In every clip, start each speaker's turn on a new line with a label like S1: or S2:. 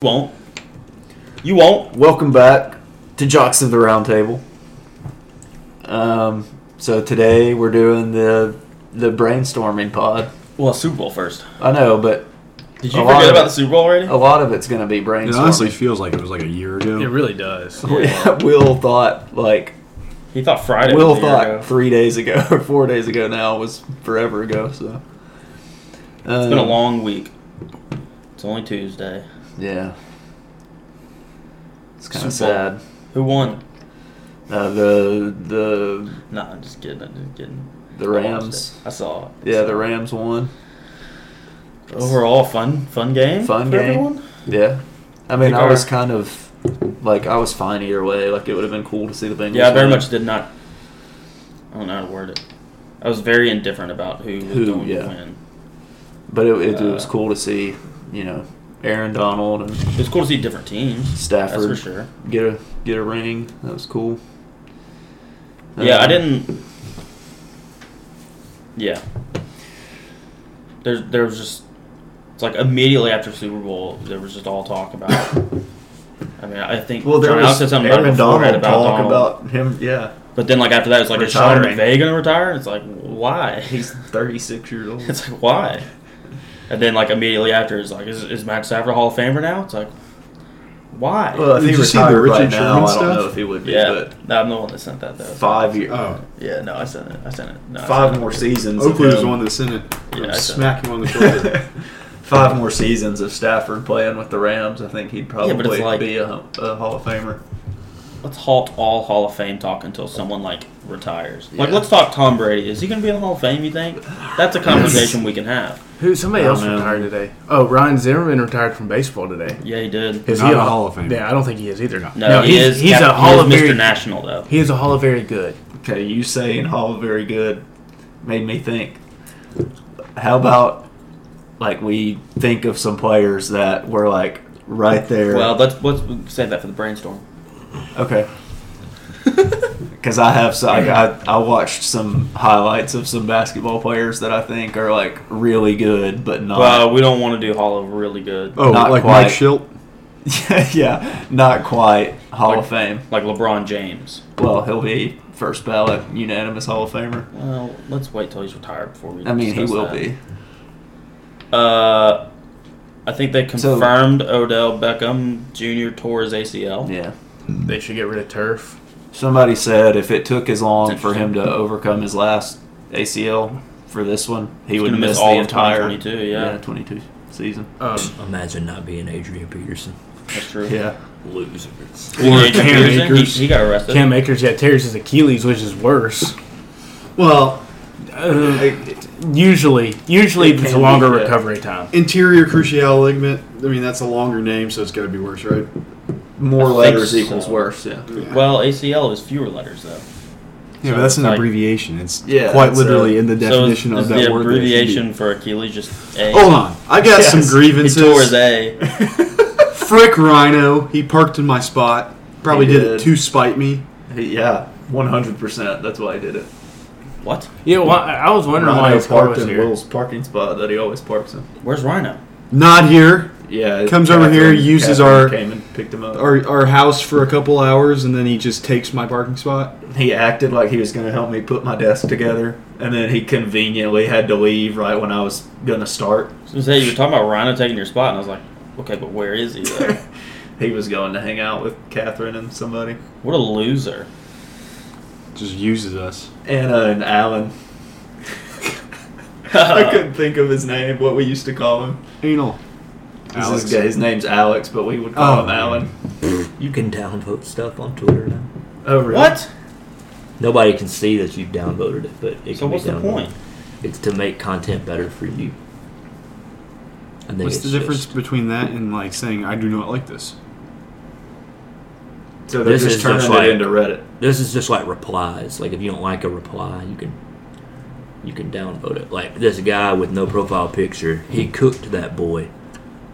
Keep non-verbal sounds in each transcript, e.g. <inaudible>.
S1: won't. You won't.
S2: Welcome back to Jocks of the Roundtable. Um, so today we're doing the the brainstorming pod.
S1: Well, Super Bowl first.
S2: I know, but
S1: Did you
S2: A lot
S1: forget
S2: of
S1: about
S2: it.
S1: the Super Bowl already?
S2: a lot of it's going to be brainstorming.
S1: <laughs>
S2: <laughs>
S3: It honestly feels like it was like a year ago.
S4: It really does.
S2: Oh, Will thought like
S1: He thought Friday.
S2: Will
S1: was a year
S2: thought
S1: ago.
S2: three days ago <laughs> or four days ago now was forever ago. So Um,
S1: It's been a long week. It's only Tuesday.
S2: yeah. It's kind of
S1: Super
S2: sad.
S1: Bowl. Who won?
S2: Uh, the the
S1: Nah, I'm just kidding. I'm just kidding.
S2: the
S1: I watched
S2: Rams.
S1: it. I saw it.
S2: Yeah, the Rams won.
S1: Overall, fun, fun game.
S2: Fun
S1: for
S2: game.
S1: Everyone?
S2: Yeah. I mean,
S1: Think
S2: I was
S1: our-
S2: kind of like I was fine either way. Like it would have been cool to see the Bengals.
S1: Yeah, I very
S2: win.
S1: much did not. I don't know how to word it. I was very indifferent about who was
S2: Who,
S1: going
S2: yeah.
S1: to win.
S2: But it, it, was
S1: Uh,
S2: cool to see, you know, Aaron Donald and
S1: It's cool to see different teams.
S2: Stafford.
S1: That's for sure.
S2: get a get a ring. That was cool.
S1: Yeah, I
S2: Um,
S1: didn't. Yeah. There's there was just it's like immediately after Super Bowl there was just all talk about. I mean, I think
S2: Well, there
S1: John Allen
S2: was
S1: said something about it
S2: Aaron
S1: before, right,
S2: Donald
S1: about
S2: talk
S1: Donald.
S2: about him. Yeah,
S1: But then, like after that, it's like is Sean
S2: Retiring.
S1: McVay gonna retire? It's like why?
S2: <laughs> he's
S1: <laughs>
S2: thirty six years old.
S1: It's like why? And then like immediately after, it's like is, is Matt Stafford a Hall of Famer now? It's like why?
S2: well, if
S3: Did
S2: he
S3: you see the
S2: retired right
S3: Richard
S2: now,
S3: Sherman
S2: I don't know
S3: stuff?
S2: if he would be.
S1: yeah, no, I'm the one that sent that though.
S2: But five years,
S3: Oh,
S1: Yeah, no, I sent it. I sent it. No, I sent
S2: five
S1: it.
S2: more seasons. of
S3: Oakley was the
S2: him.
S3: one that sent it.
S1: Yeah, I said-
S3: smack him on the shoulder.
S2: <laughs> Five more seasons of Stafford playing with the Rams, I think he'd
S1: but
S2: probably
S1: it's like-
S2: be a, a Hall of Famer.
S1: Let's halt all Hall of Fame talk until someone like retires. Like,
S2: Yeah.
S1: let's talk Tom Brady. Is he going to be in the Hall of Fame? You think? That's a conversation we can have.
S4: Who? Somebody
S2: I
S4: else
S2: don't know.
S4: retired today. Oh, Ryan Zimmerman retired from baseball today.
S1: Yeah, he did.
S4: Is
S3: Not a Hall of Famer.
S4: Yeah, I don't think he is either.
S1: No, he
S4: he's,
S1: is.
S4: He's
S1: Cap-
S4: a
S1: he
S4: Hall
S1: is
S4: of
S1: Mr.
S4: Very.
S1: National though.
S4: he is a Hall of Very good.
S2: Okay, you saying Hall of Very Good made me think. How about like we think of some players that were like right there?
S1: Well, let's let's save that for the
S2: <laughs>
S1: brainstorm.
S2: okay. Because I have so I, I I watched some highlights of some basketball players that I think are like really good, but not
S1: Well, we don't want to do Hall of really good.
S3: Oh,
S2: Not
S3: like
S2: quite.
S3: Mike Schilt.
S2: <laughs> yeah, not quite Hall of Fame.
S1: Like LeBron James.
S2: Well, he'll be first ballot unanimous Hall of Famer.
S1: Well, let's wait till he's retired before we.
S2: I mean, he
S1: discuss
S2: will
S1: that.
S2: be.
S1: Uh, I think they
S2: So-
S1: confirmed Odell Beckham Jr. tore his ACL.
S2: Yeah.
S4: They should get rid of turf.
S2: Somebody said if it took as long
S1: It's
S2: for him to overcome his last ACL for this one, he
S1: He's
S2: would
S1: gonna
S2: miss,
S1: miss
S2: the
S1: all of
S2: entire
S1: 2022, yeah.
S2: 22 season.
S4: Um,
S5: Imagine not being Adrian Peterson.
S1: That's true.
S2: Yeah.
S5: Losers.
S1: Or
S4: Cam Akers.
S1: He, he got arrested.
S4: Cam Akers, yeah, tears his Achilles, which is worse.
S3: Well,
S4: Uh, usually, usually
S2: It
S4: it's
S2: can
S4: longer
S2: be, yeah.
S4: recovery time.
S3: interior crucial ligament. I mean, that's a longer name, so it's got to be worse, right?
S2: More
S1: I think
S2: letters
S1: so.
S2: equals worse. <laughs> Yeah.
S1: Well, ACL is fewer letters though. So
S3: Yeah, but that's an
S1: like-
S3: abbreviation. It's
S2: Yeah,
S3: quite
S2: it's
S3: literally
S2: a-
S3: in the definition
S1: so is,
S3: of
S1: is
S3: that
S1: the
S3: word. that it should be. Oh,
S1: abbreviation for Achilles just A.
S3: Hold on,
S1: <laughs>
S3: I got some
S2: Yes.
S1: He
S3: grievances.
S1: tore his
S3: <laughs>
S1: A.
S3: Frick Rhino, he parked in my spot. Probably
S2: He
S3: did.
S2: did.
S3: it to spite me.
S2: He- yeah. 100%. That's why he did it.
S1: What?
S4: Yeah, well, I I was wondering why
S2: Rhino
S4: his car
S2: parked
S4: was
S2: in
S4: here.
S2: Will's parking spot that he always parks in.
S1: Where's Rhino?
S3: Not here.
S2: Yeah.
S3: Comes over here, uses our-
S2: Came and picked him up.
S3: Our, our house for a couple hours, and then he just takes my parking spot.
S2: he acted like he was going to help me put my desk together, and then he conveniently had to leave right when I was going
S1: <laughs>
S2: to start.
S1: I was gonna say you were talking about Rhino taking your spot, and I was like, okay, but where is he?
S3: <laughs>
S1: Though?
S2: He was going to hang out with Catherine and somebody,
S1: what a
S3: <laughs>
S1: loser!
S3: Just uses us.
S2: Anna
S1: <laughs>
S2: and Alan. I couldn't think of his name. What we used to call him.
S3: Anal.
S2: This is This guy, his name's Alex, but we would call
S3: Oh.
S2: him Alan.
S5: You can downvote stuff on Twitter now.
S2: Oh really?
S1: What?
S5: Nobody can see that you've downvoted it, but it
S1: So
S5: can
S1: what's
S5: be
S1: the
S5: downvoted.
S1: point?
S5: It's to make content better for you. I think
S3: What's
S5: it's
S3: the difference
S5: just-
S3: between that and like saying I do not like this?
S2: So they're
S5: This
S2: just
S5: is
S2: turning
S5: just
S2: it
S5: like-
S2: into Reddit.
S5: this is just like replies. Like if you don't like a reply, you can you can downvote it. Like this guy with no profile picture, he cooked that boy.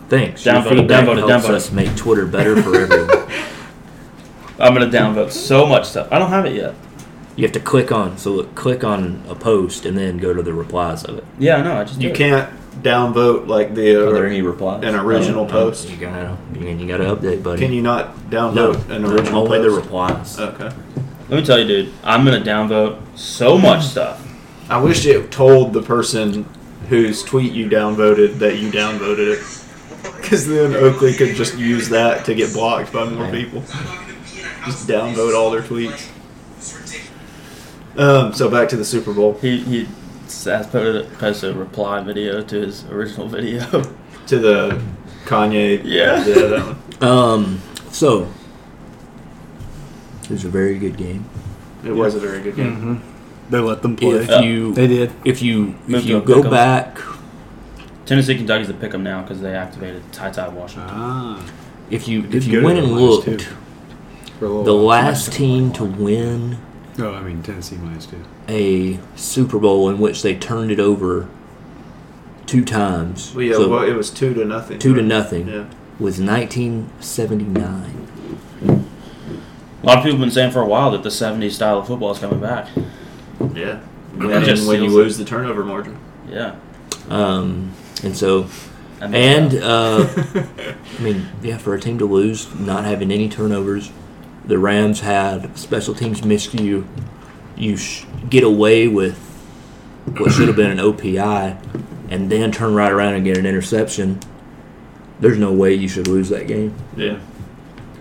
S5: Thanks. Your
S1: Hmm. Downvote it,
S5: feedback
S1: downvote it,
S5: helps
S1: downvote it.
S5: us make Twitter better
S1: <laughs>
S5: for everyone.
S1: I'm gonna downvote so much stuff. I don't have it yet.
S5: you have to click on so look, click on a post and then go to the replies of it.
S1: Yeah, I know. I just
S2: You
S1: did.
S2: can't downvote like the
S6: Are there any replies?
S2: an original
S5: Oh,
S6: No, no,
S2: post?
S6: You gotta, you gotta update, buddy.
S2: Can you not downvote an
S6: no,
S2: original Uh,
S6: only the
S2: post?
S6: replies.
S2: Okay.
S1: Let me tell you, dude, I'm gonna downvote so
S3: <laughs>
S1: much stuff.
S2: I wish it told the person whose tweet you downvoted that you downvoted it. Because then Oakley could just use that to get blocked by more people. Just downvote all their tweets. Um, so back to the Super Bowl.
S1: He he Seth posted, posted a reply video to his original <laughs> video.
S2: To the Kanye.
S1: Yeah.
S2: that one.
S6: Um, so it was a very good game.
S2: It was a very good game.
S4: hmm They let them play.
S6: If
S1: Yeah.
S6: you,
S4: They did.
S6: if you, if
S1: Moved
S6: you
S1: up
S6: go
S1: pick'ems.
S6: back,
S1: Tennessee, Kentucky's a pick 'em now because they activated Ty Ty Washington.
S3: Ah,
S6: if you,
S3: did
S6: if
S3: go
S6: you
S3: to
S6: went
S3: the
S6: and
S3: lines,
S6: looked,
S3: too. for a little
S6: the
S3: while.
S6: last team to win
S3: Oh, I mean Tennessee minus two.
S6: a Super Bowl in which they turned it over two times,
S2: Well, yeah,
S6: so
S2: well, it was two to nothing.
S6: two to
S2: right?
S6: nothing,
S2: Yeah.
S6: was 1979.
S1: A lot of people have been saying for a while that the '70s style of football is coming back.
S2: Yeah.
S1: That
S2: And
S1: just
S2: then when you
S1: seals
S2: lose the turnover margin.
S1: Yeah,
S6: Um, and so,
S1: I mean,
S6: and uh, I mean, yeah, for a team to lose, not having any turnovers, the Rams had special teams miscue. You sh- get away with what should have been an OPI, and then turn right around and get an interception. There's no way you should lose that game.
S2: Yeah.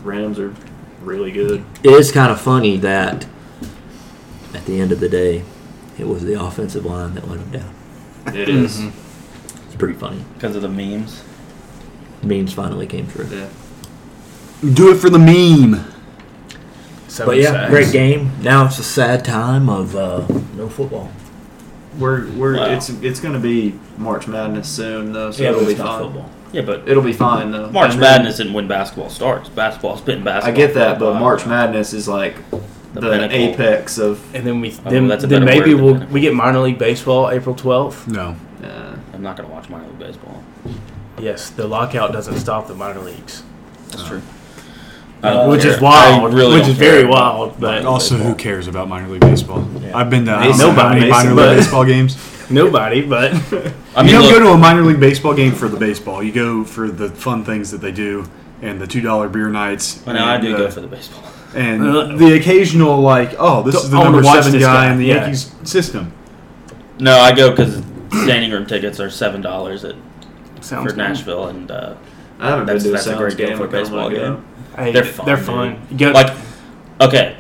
S2: Rams are really good.
S6: It is kind of funny that at the end of the day, it was the offensive line that let them down.
S2: It is.
S4: Mhm.
S6: It's pretty funny.
S1: because of the memes.
S6: Memes finally came true.
S2: Yeah.
S3: Do it for the meme.
S4: Seven
S6: But yeah,
S4: sacks.
S6: great game. Now it's a sad time of uh, no football.
S2: We're we're
S1: Wow.
S2: it's it's gonna be March Madness soon though, so
S6: Yeah, but
S2: it'll be
S6: it's not
S2: fine.
S6: football.
S1: Yeah, but
S2: It'll be fine though.
S1: March
S2: And then-
S1: Madness isn't when basketball starts. Basketball's been
S2: I
S1: basketball. for
S2: get
S1: a
S2: that, but
S1: while.
S2: March Madness is like the,
S1: pinnacle.
S2: apex of.
S4: And then we
S1: Oh,
S4: then,
S1: that's a
S4: then
S1: better
S4: maybe
S1: word than
S4: we'll
S1: pinnacle.
S4: we get minor league baseball April twelfth.
S3: No.
S2: Uh,
S1: I'm not gonna watch minor league baseball.
S4: Yes, the lockout doesn't stop the minor leagues,
S1: That's true. Uh, I don't
S4: which
S1: care.
S4: is wild,
S1: I really
S4: which
S1: don't
S4: is
S1: care
S4: very
S1: about
S4: wild. But
S3: Also, who cares about minor league baseball?
S6: Yeah.
S3: I've been to I
S2: Mason,
S3: don't know how many
S2: Mason,
S3: minor
S4: but-
S3: league baseball games.
S4: <laughs> nobody,
S1: <laughs>
S4: but <laughs>
S1: I mean,
S3: you don't
S1: look,
S3: go to a minor league baseball game for the baseball. You go for the fun things that they do and the two dollar beer nights.
S1: Well, Oh, no, I
S3: and
S1: do
S3: the,
S1: go for the baseball.
S3: and
S4: Uh,
S3: the occasional like, oh, this
S4: Don't-
S3: is the
S4: I wanna
S3: number
S4: watch
S3: seven
S4: this
S3: guy,
S4: guy.
S3: in the
S4: Yeah.
S3: Yankees system.
S1: No, I go because standing room tickets are seven dollars at
S4: sounds
S1: for
S4: good.
S1: Nashville, and uh,
S2: I haven't
S1: That's-
S2: been to a
S1: that's a
S2: Sounds
S1: great deal
S2: game
S1: for
S2: in
S1: a
S2: a couple
S1: baseball
S2: of years.
S1: game.
S4: Hey,
S1: They're
S4: they're
S1: fun,
S4: fun. They're
S1: dude.
S4: fun. You got-
S1: like, okay,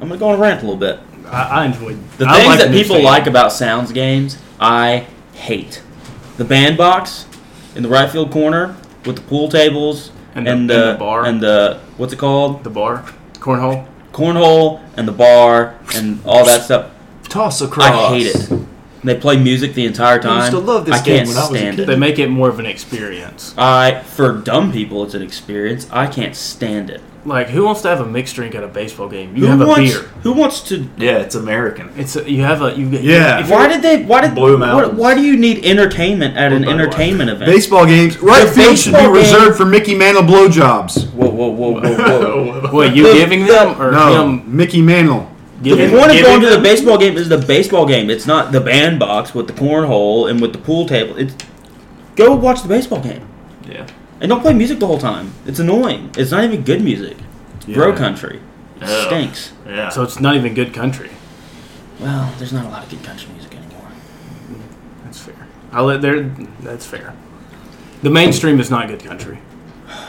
S1: I'm gonna go on a rant a little bit.
S4: I, I enjoyed
S1: The
S4: I
S1: things
S4: like
S1: that
S4: the new
S1: people
S4: stadium.
S1: like about sounds games, I hate. The bandbox in the right field corner with the pool tables
S4: And
S1: and,
S4: the-
S1: the,
S4: and the bar.
S1: and the what's it called
S4: the bar, cornhole.
S1: cornhole and the bar and all that stuff.
S2: Toss across.
S1: I hate it. And they play music the entire time.
S2: used to love this
S1: I can't
S2: game when I was a
S1: stand
S2: kid.
S4: They
S1: it.
S4: make it more of an experience.
S1: I for dumb people it's an experience. I can't stand it.
S4: Like, who wants to have a mixed drink at a baseball game? You
S1: who
S4: have a
S1: wants,
S4: beer.
S1: Who wants to
S2: Yeah, it's American.
S4: It's a, you have a you.
S3: Yeah.
S4: if
S1: why
S4: you're-
S1: did they why did
S2: Blue
S1: why,
S2: Mountains.
S1: why do you need entertainment at an
S2: Blue Mountain.
S1: entertainment event?
S3: Baseball games, right
S1: The
S3: field should be
S1: baseball game-
S3: reserved for Mickey Mantle blowjobs.
S1: Whoa, whoa, whoa, whoa, <laughs>
S4: <laughs>
S1: whoa.
S4: What you
S1: The-
S4: giving them or
S3: No,
S4: him
S3: Mickey Mantle.
S1: the
S4: giving?
S1: point of
S4: giving
S1: going to the
S4: them?
S1: baseball game is the baseball game. It's not the bandbox with the cornhole and with the pool table. It's go watch the baseball game
S2: Yeah.
S1: and don't play music the whole time. It's annoying. It's not even good music. Bro
S3: Yeah.
S1: country It
S2: Yeah.
S1: stinks.
S2: <laughs> Yeah.
S4: So it's not even good country.
S1: Well, there's not a lot of good country music anymore.
S4: That's fair. I'll let there. That's fair. The mainstream is not good country,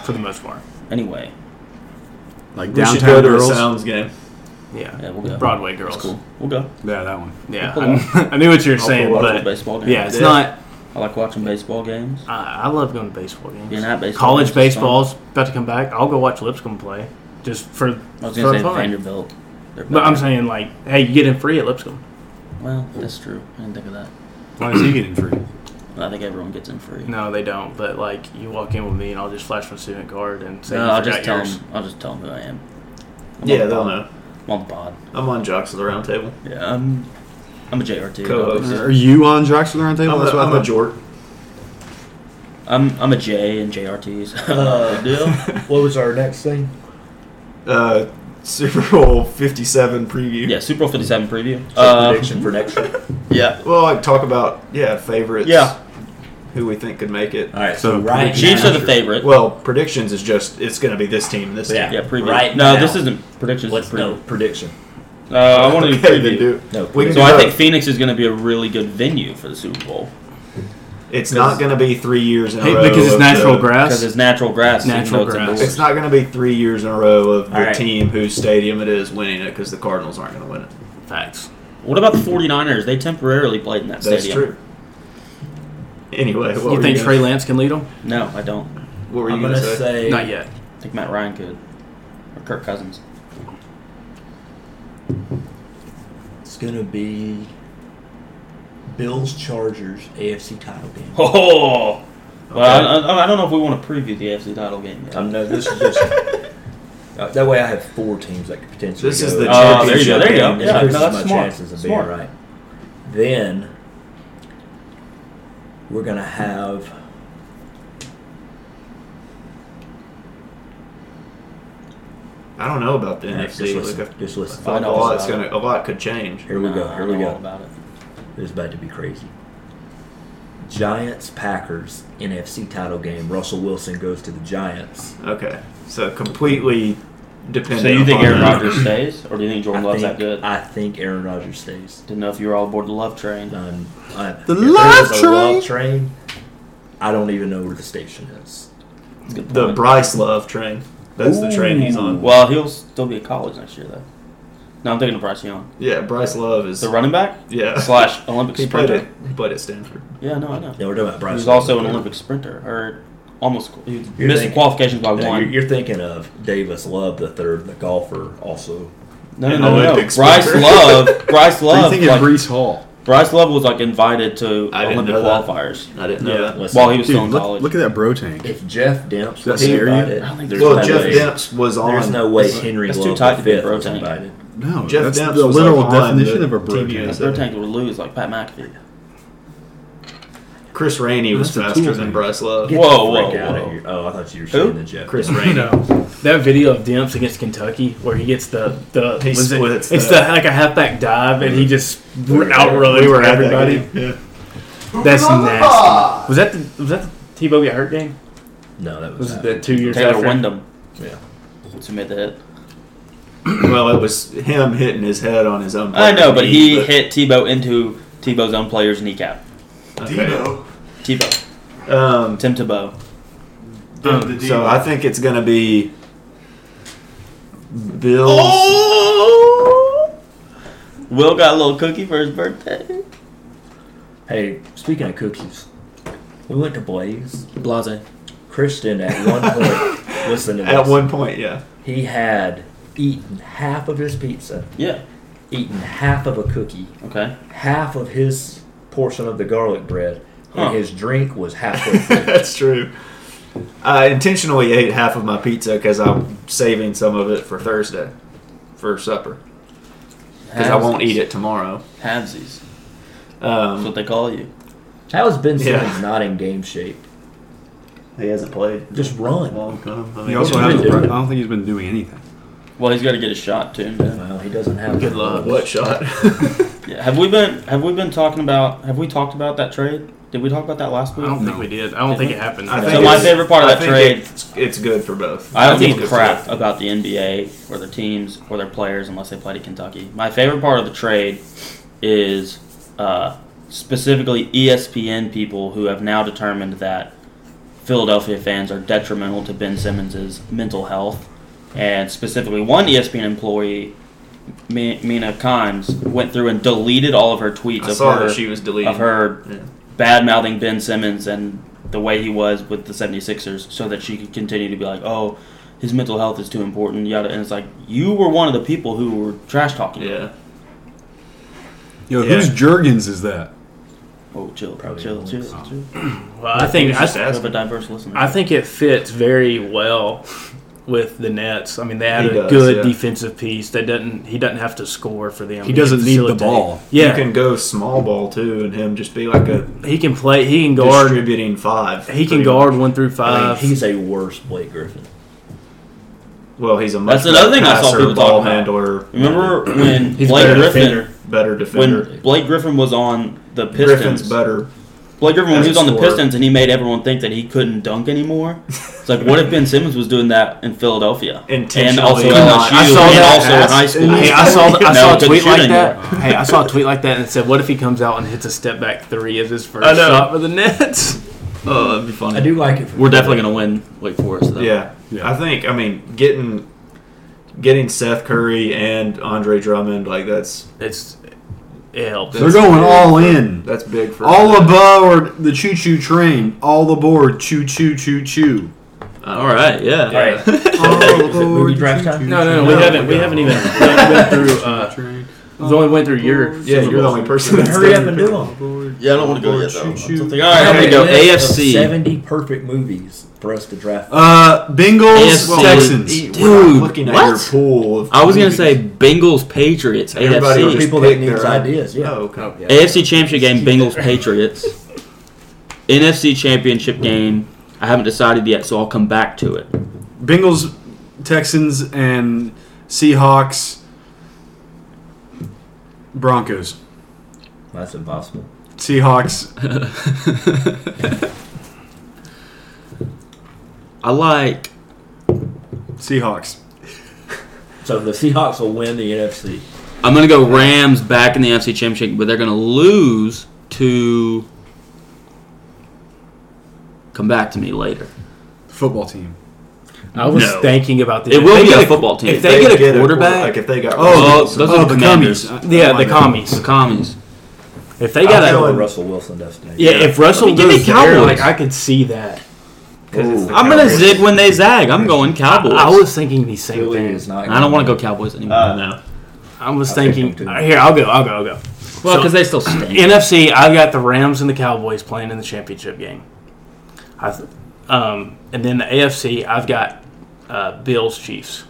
S4: for the most part.
S1: Anyway,
S3: Like
S2: we should
S3: downtown
S2: go to
S3: girls.
S2: a Sounds game.
S4: Yeah,
S1: Yeah, we'll go.
S4: Broadway girls.
S1: it's cool. We'll go.
S3: Yeah, that one.
S4: Yeah,
S1: We'll pull
S4: <laughs> I, I knew what you were
S2: I'll
S4: saying,
S2: pull up
S1: Watch the
S4: but
S1: baseball game.
S4: yeah, it's
S2: Yeah.
S4: not.
S1: I like watching baseball games.
S4: I, I love going to baseball games.
S1: Being at baseball games
S4: College
S1: is fun.
S4: baseball's about to come back. I'll go watch Lipscomb play just
S1: I
S4: for
S1: was
S4: for
S1: gonna say
S4: fun.
S1: Vanderbilt. They're
S4: But I'm
S1: better.
S4: saying like, hey, you get in free at Lipscomb.
S1: well, that's true. I didn't think of that.
S3: Why is he getting free?
S1: I think everyone gets in free.
S4: No, they don't. But like, you walk in with me, and I'll just flash my student card and say,
S1: No,
S4: you
S1: I'll
S4: forgot
S1: just tell
S4: yours.
S1: them. I'll just tell them who I am. I'm
S2: Yeah,
S1: on the
S2: they'll
S1: pod.
S2: know.
S1: I'm on the pod.
S2: I'm on Jocks of the Round Table.
S1: Yeah, I'm. I'm a JRT.
S2: Co-host.
S3: Are <clears throat> you on Jocks of the Round
S2: I'm,
S3: Table?
S2: a-
S3: That's what I
S2: I'm a
S3: thought.
S2: Jort.
S1: I'm I'm a J and JRTs. Good
S2: <laughs>
S1: deal.
S6: what was our next thing?
S2: Uh, Super Bowl 57 preview.
S1: <laughs> Yeah, Super Bowl 57 preview.
S6: So
S1: Uh,
S2: <laughs>
S6: prediction for next year.
S1: yeah.
S2: Well, I talk about yeah favorites.
S1: Yeah.
S2: who we think could make it.
S6: All right,
S3: So,
S6: so, right
S3: the
S1: Chiefs
S6: now,
S1: are the favorite.
S2: Well, predictions is just it's going to be this team, this
S6: Yeah.
S2: team.
S1: yeah, preview.
S6: right
S1: no,
S6: now.
S1: this isn't predictions.
S6: What's
S1: it's
S6: no
S1: preview.
S6: prediction?
S1: Uh, I want to
S2: <laughs>
S1: do
S2: Okay, then
S1: preview.
S2: do.
S6: No,
S2: We can
S1: So
S2: do
S1: I
S2: both.
S1: think Phoenix is going to be a really good venue for the Super Bowl
S2: it's not going to be three years in a
S4: Hey,
S2: row
S4: because it's
S2: of
S4: natural
S1: because
S2: the-
S4: grass.
S1: it's natural grass. even
S4: Natural
S1: though it's
S4: grass.
S1: indoors.
S2: It's not going to be three years in a row of the
S6: All right.
S2: team whose stadium it is winning it because the Cardinals aren't going to win it.
S4: Facts.
S1: What about the 49ers? They temporarily played in that
S2: That's
S1: stadium.
S2: true. Anyway, what
S4: you
S2: were
S4: think
S2: you
S4: Trey
S2: gonna,
S4: Lance can lead them?
S1: No, I don't.
S2: What were you
S6: I'm
S2: going to
S6: gonna
S2: say?
S6: say
S4: Not yet.
S1: I think Matt Ryan could, or Kirk Cousins.
S6: it's gonna be Bills Chargers AFC title game.
S1: Oh, well, I, I, I don't know if we want to preview the AFC title game. Yet.
S6: I know this is just. Uh, that way, I have four teams that could potentially.
S2: This
S6: go.
S2: is the
S1: Oh, there you
S2: championship
S1: go. There you go.
S2: game.
S6: This
S1: Yeah, no,
S6: increases
S1: that's
S6: my
S1: smart.
S6: chances of
S1: Smart.
S6: being right. Then we're gonna have.
S2: I don't know about the
S6: All right,
S2: NFC.
S6: just
S2: Look,
S6: listen.
S2: I-
S6: Just listen.
S1: I
S2: a
S1: know
S2: lot's
S1: about
S2: gonna, a lot could change.
S6: Here we
S1: Nah,
S6: go.
S1: I
S6: Here we
S1: know all
S6: go.
S1: about it.
S6: This is about to be crazy. Giants Packers NFC title game. Russell Wilson goes to the Giants.
S2: Okay, so completely dependent.
S1: So you think
S2: upon
S1: Aaron
S2: that.
S1: Rodgers stays, or do you think Jordan
S6: I
S1: Love's
S6: think,
S1: that good?
S6: I think Aaron Rodgers stays.
S1: Didn't know if you were all aboard the love train.
S6: Um, I,
S3: The
S6: if there
S3: love
S6: was a love train. I don't even know where the station is.
S1: That's a good
S2: The
S1: point.
S2: Bryce Love train. That's the train he's on.
S1: Well, he'll still be at college next year, though. No, I'm thinking of Bryce Young,
S2: Yeah, Bryce Love is.
S1: the running back <laughs>
S2: yeah.
S1: slash Olympic
S2: <laughs> He played at,
S1: sprinter.
S2: he played at Stanford.
S1: Yeah, no, I know.
S6: Yeah, we're talking about Bryce.
S1: He was also an Olympic sprinter, or almost he missed
S6: You're
S1: the
S6: thinking-
S1: qualifications by
S6: No, you're,
S1: one.
S6: you're thinking of Davis Love the third, the golfer, also.
S1: No, no,
S2: An
S1: no, no, no.
S2: Olympic
S1: Bryce
S2: sprinter.
S1: Love, Bryce
S3: I'm
S1: Love,
S3: thinking
S1: like,
S3: Brees Hall.
S1: Bryce Love was like invited to
S2: I didn't
S1: Olympic
S2: know that.
S1: qualifiers
S2: I didn't know that.
S6: Listen,
S1: while he was
S3: Dude,
S1: still in
S3: look,
S1: college.
S3: look at that bro tank.
S6: if Jeff Demps
S3: that
S6: was
S3: scary?
S6: invited,
S1: I don't think there's
S6: there's
S2: Well,
S6: no
S1: that
S2: Jeff
S6: way.
S2: Demps was on.
S6: There's no way Henry
S1: that's too
S6: Love
S1: tight to be a
S6: V was
S1: rotating.
S6: invited.
S3: No,
S2: Jeff
S3: that's
S2: Demps
S3: the
S2: was
S3: literal
S2: like on
S3: definition
S2: the
S3: of a bro
S2: TV
S3: tank.
S2: as
S1: That third tank would lose like Pat McAfee.
S2: Chris Rainey was
S3: That's a
S2: faster
S3: tool
S2: than
S3: thing.
S2: Bryce Love.
S6: Get
S1: Whoa,
S6: the frick
S1: whoa,
S6: out of
S1: whoa.
S6: here. Oh, I thought you were
S1: Who?
S6: saying the
S1: <laughs>
S6: Jeff.
S2: Chris
S6: Demps.
S2: Rainey.
S4: No, that video of Demps against Kentucky where he gets the the
S2: He
S4: was it-
S2: splits
S4: it's
S2: the-
S4: the like a halfback dive and he just
S6: were-
S4: outruns
S2: We were at that
S4: everybody.
S2: game. Yeah.
S4: That's nasty. Was that the was that the Tebow got hurt game?
S6: No, that was,
S4: Was it
S6: not-
S4: the two years
S1: Taylor
S4: after?
S1: Wyndham
S6: Yeah.
S1: to make the hit.
S2: Well, it was him hitting his head on his own.
S1: I know, but he
S2: knee,
S1: hit Tebow into Tebow's own player's kneecap.
S2: but-
S1: Tebow,
S2: Okay. Um,
S1: Tim Tebow.
S4: Um,
S2: so I think it's going to be Bills.
S1: Oh! Will got a little cookie for his birthday.
S6: Hey, speaking of cookies, we went to Blaze.
S1: Blase.
S6: Kristen at one point, listen to this.
S2: At one point, yeah.
S6: he had eaten half of his pizza,
S1: Yeah.
S6: eaten half of a cookie,
S1: Okay.
S6: half of his portion of the garlic bread,
S1: Huh.
S6: and his drink was halfway through.
S2: <laughs> That's true. I intentionally ate half of my pizza because I'm saving some of it for Thursday for supper because I won't eat it tomorrow.
S1: Havesies. That's what
S2: Um,
S1: they call you.
S6: How is Ben
S2: Yeah.
S6: Simmons not in game shape?
S2: he hasn't played.
S6: Just run. Well,
S2: Long time. I mean,
S3: He also
S6: What has-
S3: hasn't.
S6: do you
S3: I
S6: do?
S3: don't think he's been doing anything.
S1: Well, he's got to get his shot too. man.
S6: he doesn't have
S2: good
S6: the
S2: luck.
S6: gloves.
S2: What <laughs> shot?
S1: Yeah. Have we been? Have we been talking about? Have we talked about that trade? Did we talk about that last
S4: I
S1: week?
S4: don't think
S3: No.
S4: we did. I don't think it happened.
S2: I
S1: So my
S2: it's-
S1: favorite part of
S2: I
S1: that
S2: think
S1: trade-
S2: It's, it's good for both.
S1: I don't
S2: think
S1: give a
S2: it's
S1: crap about the NBA or their teams or their players unless they play at Kentucky. My favorite part of the trade is uh, specifically E ESPN people who have now determined that Philadelphia fans are detrimental to Ben Simmons' mental health. And specifically, one E ESPN employee, Mi- Mina Kimes, went through and deleted all of her tweets
S2: I
S1: of
S2: saw
S1: her,
S2: that she was deleting.
S1: of her
S2: Yeah.
S1: bad mouthing Ben Simmons and the way he was with the 76ers so that she could continue to be like, oh, his mental health is too important, yada. And it's like, you were one of the people who were trash talking. him.
S2: Yeah.
S3: Yo,
S2: Yeah.
S3: whose Jurgens is that?
S1: Oh, chill,
S6: Probably
S1: chill,
S6: not.
S1: chill, chill.
S4: Well, I think I,
S2: Just
S1: We
S4: th-
S2: ask
S1: have a diverse listener.
S4: I think it fits very well with the Nets. I mean, they had
S2: He
S4: a
S2: does,
S4: good
S2: yeah.
S4: defensive piece. They doesn't. He doesn't have to score for them.
S3: He doesn't
S4: can
S3: need the
S4: facilitate.
S3: ball.
S4: Yeah,
S2: You can go small ball too, and him just be like a
S4: he can play. He can guard.
S2: distributing five. pretty
S4: He can guard one through
S6: I mean,
S4: five.
S6: he's a worse Blake Griffin.
S2: much. Well, he's a much
S1: That's another
S2: better
S1: thing I saw
S2: passer,
S1: people talk
S2: ball
S1: about.
S2: handler,
S4: <clears throat>
S1: Remember when
S4: He's
S1: Blake
S4: better
S1: Griffin
S4: defender.
S2: better defender.
S1: when Blake Griffin was on the Pistons,
S2: Griffin's better
S1: Blake Griffin, when
S2: As
S1: he
S2: a
S1: was on the
S2: scorer.
S1: Pistons and he made everyone think that he couldn't dunk anymore. It's like, what if Ben Simmons was doing that in Philadelphia? And also
S2: Intentionally
S1: at
S2: not.
S1: LSU
S4: I saw
S1: and
S4: that
S1: also in
S4: pass.
S1: high school.
S4: Hey, I saw I
S1: No,
S4: saw a
S1: couldn't
S4: tweet
S1: shoot
S4: like
S1: anymore.
S4: that. Hey, I saw a tweet like that and it said, "What if he comes out and hits a step back three as his first
S2: I know.
S4: shot for the Nets?"
S2: Oh, that'd be funny.
S5: I do like it. For
S1: We're definitely going to win Wake Forest, though.
S2: Yeah.
S3: Yeah.
S2: I think I mean getting getting Seth Curry and Andre Drummond like that's
S4: <laughs> It's it helps.
S3: They're going all in.
S2: that's big for
S3: All aboard the choo choo train. All aboard choo choo choo choo.
S1: All right, yeah.
S4: All right.
S3: All
S5: movie draft time?
S4: No, no, no, we
S2: No,
S4: haven't. We
S2: no.
S4: haven't even went through. Uh, we only went through your.
S2: Yeah,
S4: Super
S2: you're the
S4: Bowls.
S2: only person that's
S5: Hurry
S2: done
S5: up and
S2: it.
S5: do them.
S1: Yeah, I don't want to go yet, though. all
S5: I
S1: right,
S5: have
S1: I'm going
S5: a
S1: to go
S5: list of
S1: AFC.
S5: Seventy perfect movies for us to draft.
S3: Uh, Bengals,
S1: AFC.
S3: Texans.
S2: Eat- we're not
S1: Dude,
S2: looking at
S1: what?
S2: your pool of
S1: I was going to
S2: movies.
S1: say Bengals Patriots,
S2: Everybody
S1: AFC.
S2: just
S5: People that
S2: pick
S5: needs
S2: their own-
S5: ideas, yeah.
S2: Oh, okay.
S1: AFC Championship game, Bengals Patriots. NFC Championship game, I haven't decided yet, so I'll come back to it.
S3: Bengals, Texans, and Seahawks. Broncos,
S5: That's impossible.
S3: Seahawks.
S1: I like.
S3: Seahawks.
S5: So the Seahawks will win the NFC.
S1: I'm gonna go Rams back in the NFC Championship, but they're gonna lose to. Come back to me later.
S3: Football team.
S4: I was
S1: No.
S4: thinking about the.
S1: It will
S4: They
S1: be
S4: get
S1: a football team.
S4: If they, get, a
S2: like
S4: quarterback,
S2: if they got
S1: Oh,
S2: Russell
S1: those
S2: Wilson.
S1: are the commies.
S3: commies.
S4: yeah, the
S3: Linemen.
S1: The
S4: commies.
S1: commies.
S4: If they
S5: I
S4: got
S5: don't know
S4: a,
S5: what
S2: one.
S5: Russell Wilson does today.
S4: yeah,
S1: Yeah.
S4: if Russell
S1: Give me
S4: goes there,
S1: Cowboys.
S4: like I could see that. 'Cause it's the
S1: I'm gonna
S4: Cowboys.
S1: zig when they zag. I'm going Cowboys.
S4: I was thinking the same
S5: Philly
S4: thing.
S5: is not.
S1: I don't want to go Cowboys anymore.
S2: Uh,
S4: I was
S5: I picked
S4: thinking.
S5: them too.
S4: Here, I'll go. I'll go. I'll go.
S1: well, because
S4: so-
S1: they still stink.
S4: NFC, I've got the Rams and the Cowboys playing in the championship game. I th- um, and then the AFC, I've got uh, Bills, Chiefs.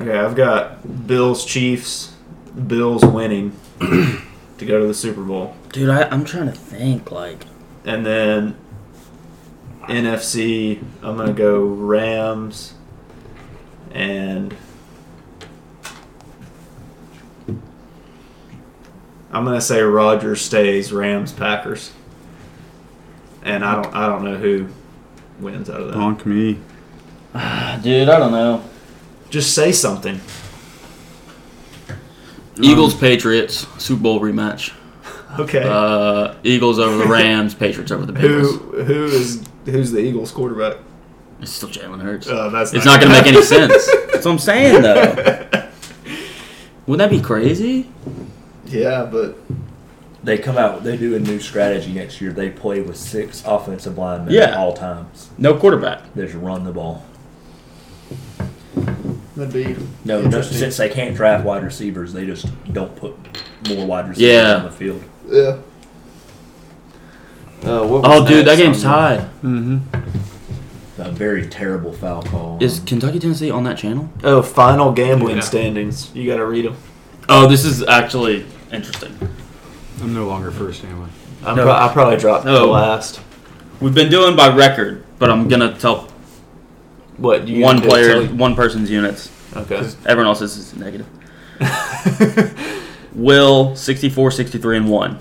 S2: Okay, I've got Bills Chiefs, Bills winning <clears throat> to go to the Super Bowl,
S1: Dude, I, I'm trying to think. Like,
S2: and then NFC. I'm gonna go Rams and. I'm gonna say Rogers stays Rams Packers, and I don't I don't know who wins out of that.
S3: Bonk me.
S1: Uh, dude, I don't know.
S2: Just say something.
S1: Eagles Patriots Super Bowl rematch.
S2: Okay.
S1: Uh, Eagles over <laughs> the Rams. Patriots over the
S2: who
S1: Bengals.
S2: who is who's the Eagles quarterback?
S1: It's still Jalen Hurts.
S2: Uh, that's
S1: It's not going to make any sense. That's what I'm saying, though. Wouldn't that be crazy?
S2: Yeah, but
S5: They come out. They do a new strategy next year. They play with six offensive linemen
S1: Yeah.
S5: at all times.
S1: No quarterback.
S5: They just run the ball.
S2: that'd be
S5: No, just
S2: Interesting.
S5: since they can't draft wide receivers, they just don't put more wide receivers
S1: Yeah.
S5: on the field.
S2: yeah. Uh, what was
S1: Oh, dude, that
S2: next
S1: game's
S2: on the-
S1: tied.
S5: A very terrible foul call.
S1: Is
S5: on-
S1: Kentucky Tennessee on that channel?
S2: Oh, final gambling
S3: Yeah.
S2: standings. You got to read them.
S1: Oh, this is actually interesting.
S3: I'm no longer first anyway.
S2: i
S1: No. Oh.
S2: pro- I probably dropped to
S1: No.
S2: last.
S1: We've been doing by record, but I'm gonna tell
S2: What you
S1: one
S2: gonna do,
S1: player,
S2: tell
S1: one person's units.
S2: you- Okay.
S1: Everyone else's is negative. <laughs> Will 64, 63, and one.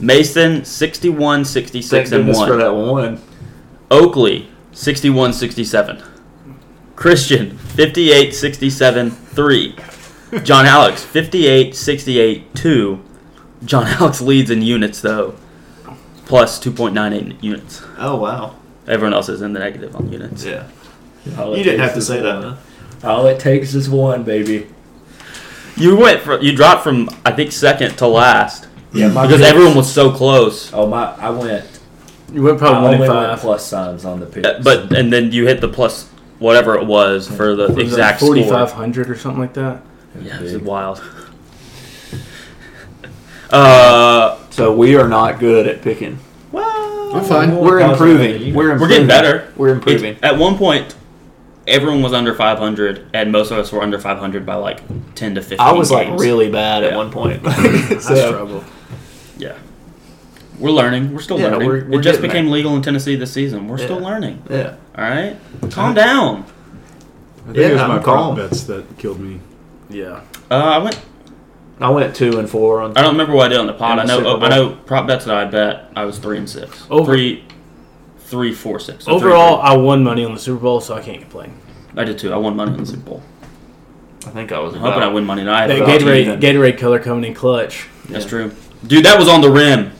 S1: Mason 61, 66,
S2: Thank
S1: and
S2: goodness for
S1: one.
S2: that one.
S1: Oakley 61, 67. Christian 58, 67, three. John Alex 58, 68, two. John <laughs> Alex leads in units though, plus 2.98 units.
S2: Oh wow.
S1: Everyone else is in the negative on units.
S2: Yeah.
S5: all it
S2: You
S5: takes
S2: didn't have to
S5: is
S2: say that.
S5: one.
S2: Huh?
S5: All it takes is one, baby.
S1: You went from you dropped from I think second to last
S5: Yeah, my
S1: because
S5: picks-
S1: everyone was so close.
S5: Oh my! I went.
S4: You went
S5: I
S4: probably Oh, Uh, one
S5: only went
S4: in five.
S5: plus signs on the pitch.
S1: Uh, But and then you hit the plus whatever it was for the exact
S4: forty
S1: score.
S4: five hundred or something like that.
S1: Yeah, this is wild. <laughs> Uh,
S2: So we are not good at picking.
S3: I'm fine.
S2: We're improving. We're improving.
S1: We're getting better.
S2: We're
S1: it-
S2: improving.
S1: at one point, everyone was under 500, and most of us were under 500 by like 10 to 15.
S2: I was like
S1: games.
S2: really bad at
S1: Yeah. <laughs>
S2: one point.
S4: I
S2: <laughs> so,
S4: struggle.
S1: Yeah. We're learning. We're still
S2: Yeah,
S1: learning.
S2: we're- we're
S1: it just
S2: getting
S1: became legal in Tennessee this season. We're still
S2: Yeah.
S1: learning.
S2: yeah.
S1: All right? Calm down.
S3: I think
S2: Yeah,
S3: it was
S2: I'm
S3: my prop
S2: calm.
S3: bets that killed me.
S4: Yeah,
S1: Uh, I went
S2: I went two and four on.
S1: I don't remember what I did on the pod. I
S2: In the
S1: know.
S2: Super Bowl.
S1: I know prop bets that I bet. I was three and six.
S4: Over-
S1: Three, three, four, six. So three,
S4: Overall, I won money on the Super Bowl, so I can't complain.
S1: three. I did too. I won money in the Super Bowl.
S6: I think I was
S1: I'm hoping I
S6: about.
S1: win money tonight.
S4: That
S1: But-
S4: Gatorade, Gatorade color coming in clutch.
S1: That's true, dude. That was on the rim.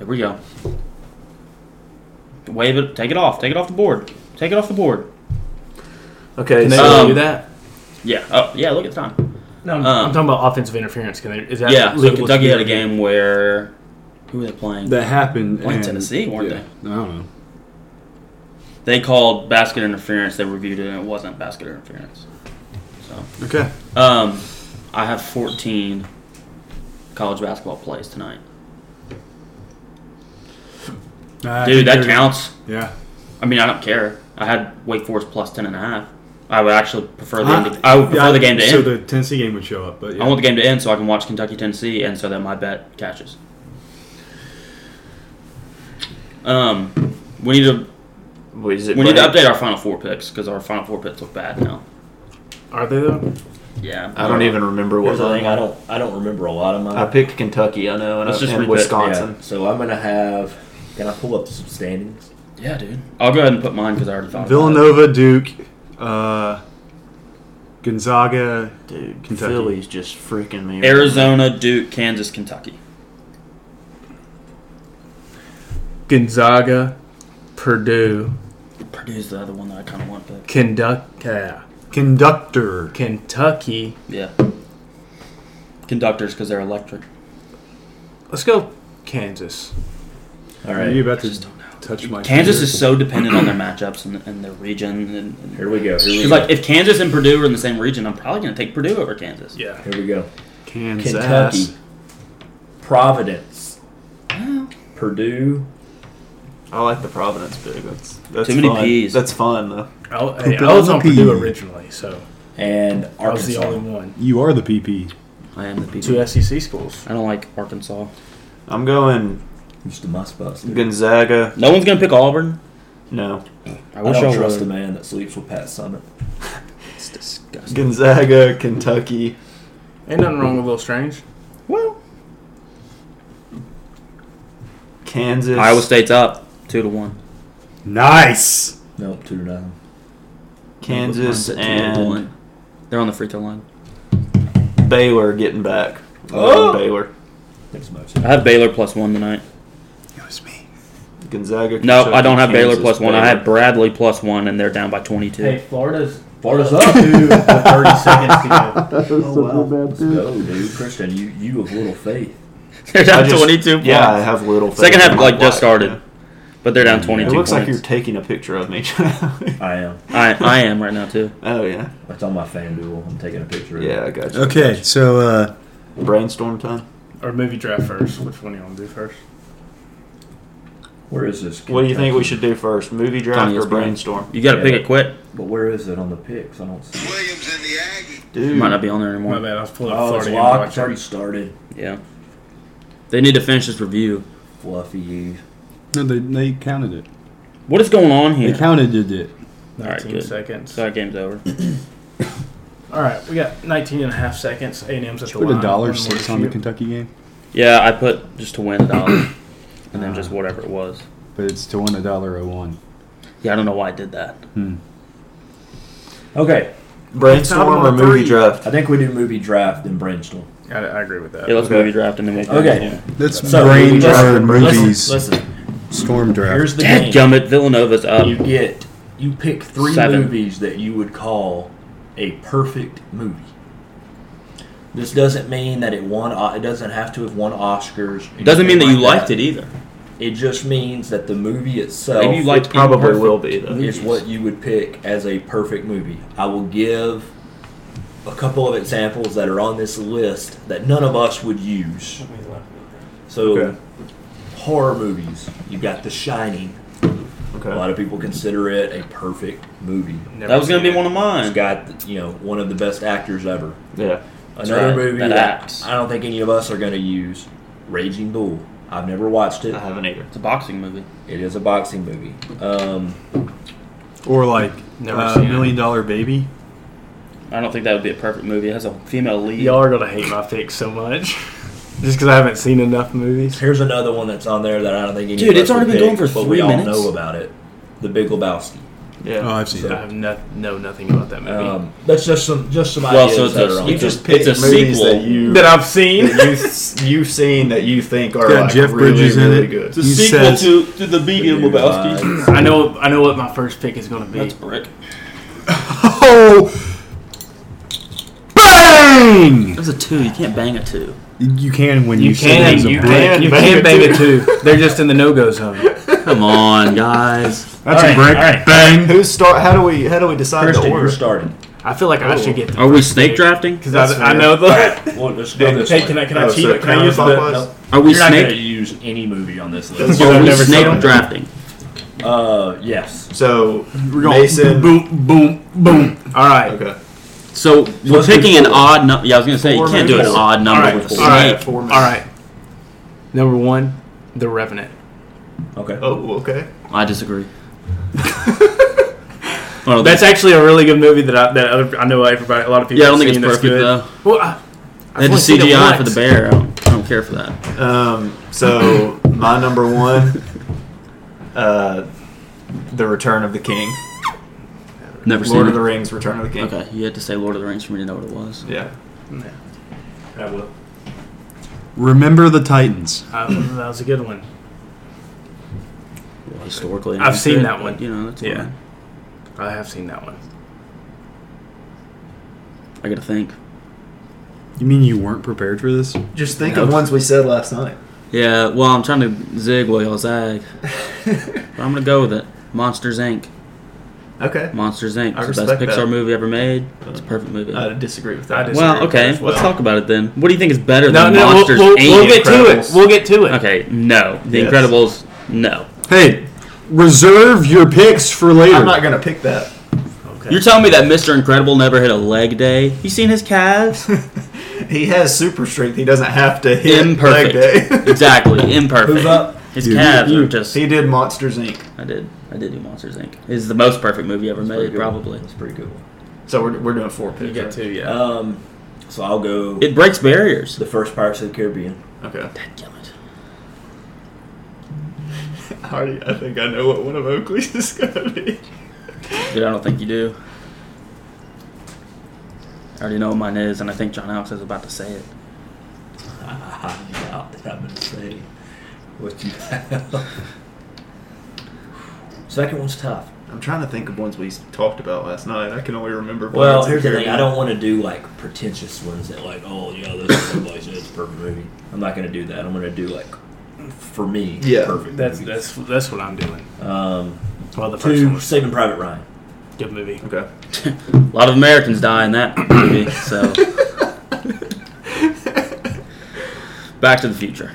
S1: Here we go. Wave it. Take it off. Take it off the board. Take it off the board.
S2: Okay,
S4: Can they
S2: so
S1: Um,
S4: do that?
S1: Yeah. Oh, yeah. Look at the time.
S4: No, I'm,
S1: um,
S4: I'm talking about offensive interference. Can they, is that
S1: Yeah, so
S4: legal?
S1: Kentucky had a game where who were they playing?
S3: That happened.
S1: Playing
S3: and-
S1: Tennessee, weren't
S3: yeah, I don't know.
S1: They called basket interference. They reviewed it, and it wasn't basket interference. So,
S3: Okay.
S1: um, I have 14 college basketball plays tonight,
S3: I
S1: dude. That
S3: think there's-
S1: counts.
S3: Yeah.
S1: I mean, I don't care. I had Wake Forest plus 10 and a half. I would actually prefer the
S3: Uh,
S1: end to, I would prefer
S3: yeah,
S1: the game to
S3: So
S1: end.
S3: the Tennessee game would show up, but yeah.
S1: I want the game to end so I can watch Kentucky Tennessee and so that my bet catches. Um, we need to
S6: Wait, is it
S1: We need to
S6: Brad?
S1: update our final four picks because our final four picks look bad now.
S4: Are they though?
S1: Yeah,
S2: I don't even remember what
S6: Here's the thing.
S2: I,
S6: I don't. I don't remember a lot of mine.
S2: I picked Kentucky. I know, and,
S1: Let's
S2: I,
S1: just
S2: and
S1: repick,
S2: Wisconsin.
S6: Yeah, so I'm gonna have. Can I pull up some standings?
S1: yeah, dude. I'll go ahead and put mine because I already thought. about it.
S3: Villanova, Duke, uh, Gonzaga.
S2: Dude,
S3: Kentucky.
S2: Philly's just freaking me. right
S1: Arizona, Duke, Kansas, Kentucky.
S4: Gonzaga, Purdue,
S1: Purdue's the other one that I kind of want to pick.
S4: Kentucky,
S3: Conductor.
S4: Kentucky.
S1: Yeah, conductors because they're electric.
S4: Let's go Kansas.
S6: All
S3: Are
S6: right.
S3: you about to
S1: just don't know.
S3: touch my?
S1: Kansas
S3: finger?
S1: is so dependent on their matchups and, and their region. And, and
S6: Here we go. Here we
S1: 'cause,
S6: go.
S1: like if Kansas and Purdue are in the same region, I'm probably gonna take Purdue over Kansas.
S4: Yeah.
S6: Here we go.
S3: Kansas.
S6: Kentucky, Providence, Purdue.
S2: I like the Providence pick. That's, that's
S1: Too many
S2: fun.
S1: P's.
S2: That's fun though.
S4: I, hey, I was on Purdue originally, so
S6: and
S4: I was the
S6: Arkansas.
S4: only one.
S3: You are the PP.
S1: I am the people.
S4: Two SEC schools.
S1: I don't like Arkansas.
S2: I'm going
S6: Used to my spots. dude.
S2: Gonzaga.
S1: No one's gonna pick Auburn.
S2: No,
S1: I
S6: I
S1: wish I,
S6: don't trust a
S1: would.
S6: man that sleeps with Pat Summit.
S1: It's disgusting.
S2: Gonzaga, Kentucky.
S4: Ain't nothing wrong with a little strange.
S1: Well,
S2: Kansas.
S1: Iowa State's up two to one.
S3: Nice.
S6: No, two to nine.
S1: Mine's
S2: Kansas
S1: at two to
S2: and
S1: one. they're on the free throw line.
S2: Baylor getting back. I'm going
S6: Oh!
S2: Baylor.
S6: Thanks much.
S4: <laughs>
S1: I have Baylor plus one tonight.
S3: It was <laughs> me.
S2: Gonzaga.
S1: No,
S2: Kentucky,
S1: I don't have Baylor
S2: Kansas,
S1: plus one. I
S2: Baylor.
S1: have <laughs> Bradley plus one, and they're down by twenty-two.
S4: Florida's
S6: Florida's up.
S4: Two with 30 seconds to go.
S6: Oh, wow. Let's go, dude. Christian, you, you of little faith.
S1: <laughs> They're
S2: I
S1: down
S2: just-
S1: twenty-two.
S2: Yeah, I
S1: points.
S2: have little.
S1: Second
S2: faith
S1: half
S2: in my
S1: like just
S2: black,
S1: started,
S2: yeah.
S1: but they're down
S2: It
S1: twenty-two.
S2: looks like you're
S1: points.
S2: taking a picture of me. <laughs>
S6: I am.
S1: I, I am right now too.
S2: oh yeah,
S6: It's on my fan duel. I'm taking a picture of it.
S2: yeah, I got you.
S3: <laughs> Okay, so uh,
S2: Brainstorm time.
S4: Or movie draft first. Which one you want to do first?
S6: Where is this?
S2: What do you think we
S6: Kentucky?
S2: should do first? Movie draft
S1: Tony
S2: or
S1: is brain-
S2: brainstorm?
S1: You got to
S6: Yeah,
S1: pick
S6: but-
S1: it quick.
S6: But where is it on the picks? I don't see it.
S7: Williams and the Aggie.
S2: Dude,
S1: Might not be on there
S4: My
S1: anymore.
S4: bad. I was pulling up
S6: Oh, it's
S4: Florida.
S6: locked. It's
S4: and
S6: already
S4: watching.
S6: started.
S1: Yeah, they need to finish this review.
S6: Fluffy Eve.
S3: no, they, they counted it.
S1: What is going on
S3: They
S1: here?
S3: counted it.
S1: All right,
S4: 19
S1: good.
S4: seconds.
S1: So that game's over.
S4: All right, we got 19 and a half seconds. A&M's at the
S3: Put
S4: line.
S3: a dollar
S4: One
S3: six
S4: more
S3: on the
S4: shoot.
S3: Kentucky game,
S1: Yeah, I put just to win a dollar, and then just whatever it was.
S3: but it's to win a dollar oh one.
S1: Yeah, I don't know why I did that.
S6: Okay.
S4: Found
S2: brainstorm
S4: him
S2: or
S4: on
S2: movie
S4: three.
S2: draft?
S6: I think we do movie draft and brainstorm.
S4: I, I agree with that.
S1: Yeah, let's movie draft and then we'll.
S6: Okay.
S3: That's
S6: So,
S3: brain
S6: listen,
S3: draft
S6: listen,
S3: movies.
S6: Listen,
S3: Storm draft.
S6: here's the game.
S1: Dadgummit, Villanova's up.
S6: You get you pick three
S1: Seven.
S6: movies that you would call a perfect movie. This doesn't mean that it won. O- It doesn't have to have won Oscars.
S1: Doesn't mean that you
S6: anything like
S1: liked it either.
S6: It just means that the movie itself
S1: Maybe you liked
S2: Probably
S1: imperfect-
S2: will be though.
S6: is what you would pick as a perfect movie. I will give a couple of examples that are on this list that none of us would use. So,
S2: Okay.
S6: horror movies. You got The Shining. A lot
S2: Okay.
S6: of people consider it a perfect movie.
S4: Never
S1: That was gonna be
S4: seen it.
S1: one of mine.
S6: It's got you know one of the best actors ever.
S2: Yeah.
S6: Another
S1: right,
S6: movie
S1: that
S6: that,
S1: acts.
S6: I don't think any of us are going to use. Raging Bull. I've never watched
S1: Uh-huh.
S6: it.
S2: I haven't either.
S1: It's a boxing movie.
S6: It is a boxing movie. Um,
S3: Or like
S4: Never
S3: uh,
S4: seen it.
S3: million dollar baby.
S1: I don't think that would be a perfect movie. It has a female lead.
S4: Y'all are gonna hate my pick so much, <laughs> just because I haven't seen enough movies.
S6: Here's another one that's on there that I don't think any
S1: Dude,
S6: of us
S1: it's already
S6: would
S1: been
S6: pick,
S1: going for
S6: but
S1: three
S6: we
S1: minutes.
S6: all know about it. The Big Lebowski.
S4: Yeah,
S3: Oh, I've seen
S4: I
S3: that.
S4: have no, know nothing about that movie
S6: Um, that's just some just some
S1: Well,
S6: ideas
S1: so it's
S6: that
S1: a,
S6: are on
S1: you
S6: there.
S1: just
S2: Pick
S1: it's a
S2: movies
S1: sequel.
S2: that you
S4: that I've seen.
S2: that you've, you've seen that you think are
S3: Got
S2: like
S3: Jeff
S2: really,
S3: Bridges in
S2: really
S3: it.
S2: good.
S1: it's a
S3: He
S1: sequel
S3: says-
S1: to, to the Big
S6: Big
S1: Lebowski.
S6: Lebowski.
S4: I know I know what my first pick is gonna be.
S1: That's brick.
S3: Oh! Bang!
S1: That's a two. You can't bang a two.
S3: You can when
S4: you,
S3: you, say
S4: can
S3: there's a
S4: you
S3: brick.
S4: can you
S2: Bang
S4: can
S2: it
S4: bang it too. They're just in the no go zone.
S1: Come on, guys.
S3: That's a brick. Bang!
S2: Who's start? How do we how do we decide
S6: Christian,
S2: the
S6: you're
S2: order?
S6: starting.
S4: I feel like I should get
S1: Are we snake drafting?
S4: because
S2: That's
S4: I, I
S2: fair.
S4: know the.
S6: Well, let's go this way.
S4: I can
S2: Oh, so Crown of Popeyes?
S1: Are we
S6: You're not going to
S1: snake?
S6: use any movie on this
S2: That's
S6: list.
S2: what
S1: Are
S2: I've
S1: we
S2: never
S1: snake
S2: done.
S1: drafting?
S6: Uh, yes.
S2: So
S3: We're going
S2: Mason.
S3: Boom, boom, boom.
S4: All right,
S2: Okay.
S1: So we're
S6: let's do
S1: picking an
S6: four.
S1: odd number. Yeah, I was gonna say you
S2: Four
S1: can't do an
S2: movies.
S1: odd number
S4: Alright,
S1: with a
S4: All right.
S1: snake.
S2: Four
S4: all
S2: minutes.
S4: right. Number one, The Revenant.
S6: Okay.
S2: Oh, okay.
S1: I disagree. Well,
S4: That's actually a really good movie that I, that other, I know everybody a lot of people.
S1: yeah, I don't think
S4: have
S1: it's
S4: seen
S1: perfect
S4: good.
S1: though.
S4: Well, I, I've
S1: They had
S4: only
S1: to
S4: seen it
S1: CGI for
S4: once.
S1: the bear. I don't, I don't care for that.
S2: Um, so my number one, uh, the Return of the King,
S1: Never
S2: Lord
S1: seen
S2: of the
S1: it.
S2: Rings, Return of the King.
S1: Okay, you had to say Lord of the Rings for me to know what it was.
S2: Yeah.
S4: I will.
S3: Remember the Titans.
S4: I, that was a good one.
S1: Well, historically,
S4: I've
S1: it's
S4: seen
S1: good,
S4: that
S1: but,
S4: one.
S1: You know, that's
S4: Yeah.
S1: fine.
S4: I have seen that one.
S1: I gotta think.
S3: You mean you weren't prepared for this?
S2: Just think
S1: of
S2: of ones we said last night.
S1: Yeah, well, I'm trying to zig while y'all
S4: <laughs>
S1: zag, but I'm gonna go with it. Monsters Inc.
S2: Okay.
S1: Monsters Inc.
S2: I
S1: It's the best
S2: respect
S1: Pixar
S2: that.
S1: movie ever made. It's a perfect movie.
S2: I disagree with
S4: Uh, I
S2: that.
S4: disagree.
S1: well, okay,
S2: as
S1: let's
S2: well.
S1: talk about it then. What do you think is better
S4: No,
S1: than
S4: no, we'll,
S1: Monsters
S4: we'll,
S1: Inc?
S4: we'll get to it.
S2: Incredibles.
S4: We'll get to it.
S1: Okay, no. The
S2: Yes.
S1: Incredibles, no.
S3: Hey, reserve your picks for later.
S2: I'm not gonna pick that.
S1: You're telling me that Mr. Incredible never hit a leg day? You seen his calves?
S2: <laughs> He has super strength. He doesn't have to hit leg
S3: <laughs>
S1: Imperfect.
S2: day.
S1: exactly, imperfect.
S2: Who's up?
S1: His
S3: You,
S1: calves
S3: you.
S1: are just.
S2: he did Monsters Inc.
S1: I did. I did do Monsters Inc. It's the most perfect movie ever
S6: pretty
S1: made,
S6: good.
S1: probably.
S6: That's pretty good. one.
S2: So we're, we're doing four picks.
S4: You get
S2: right?
S4: two, yeah.
S6: Um, so I'll go
S1: It breaks barriers.
S6: the first Pirates of the Caribbean. <laughs>
S2: Okay.
S1: Goddammit.
S2: I, already, I think I know what one of Oakley's is gonna be.
S1: Dude, I don't think you do. I already know what mine is, and I think John Alex is about to say it.
S6: I doubt that I'm going to say what you have. <laughs> Second one's tough.
S2: I'm trying to think of ones we talked about last night. I can only remember.
S6: Well,
S2: Pirates of
S6: here's the thing.
S2: Caribbean.
S6: I don't want to do like pretentious ones that like, oh yeah, this is like it's a perfect movie. I'm not going to do that. I'm going to do like, for me,
S2: Yeah.
S6: perfect.
S4: That's
S6: movies.
S4: that's that's what I'm doing.
S6: Um,
S4: Well, the first
S6: two
S4: one was
S6: Saving Private Ryan.
S4: a good movie.
S2: Okay. <laughs>
S1: A lot of Americans die in that movie, so. Back to the Future.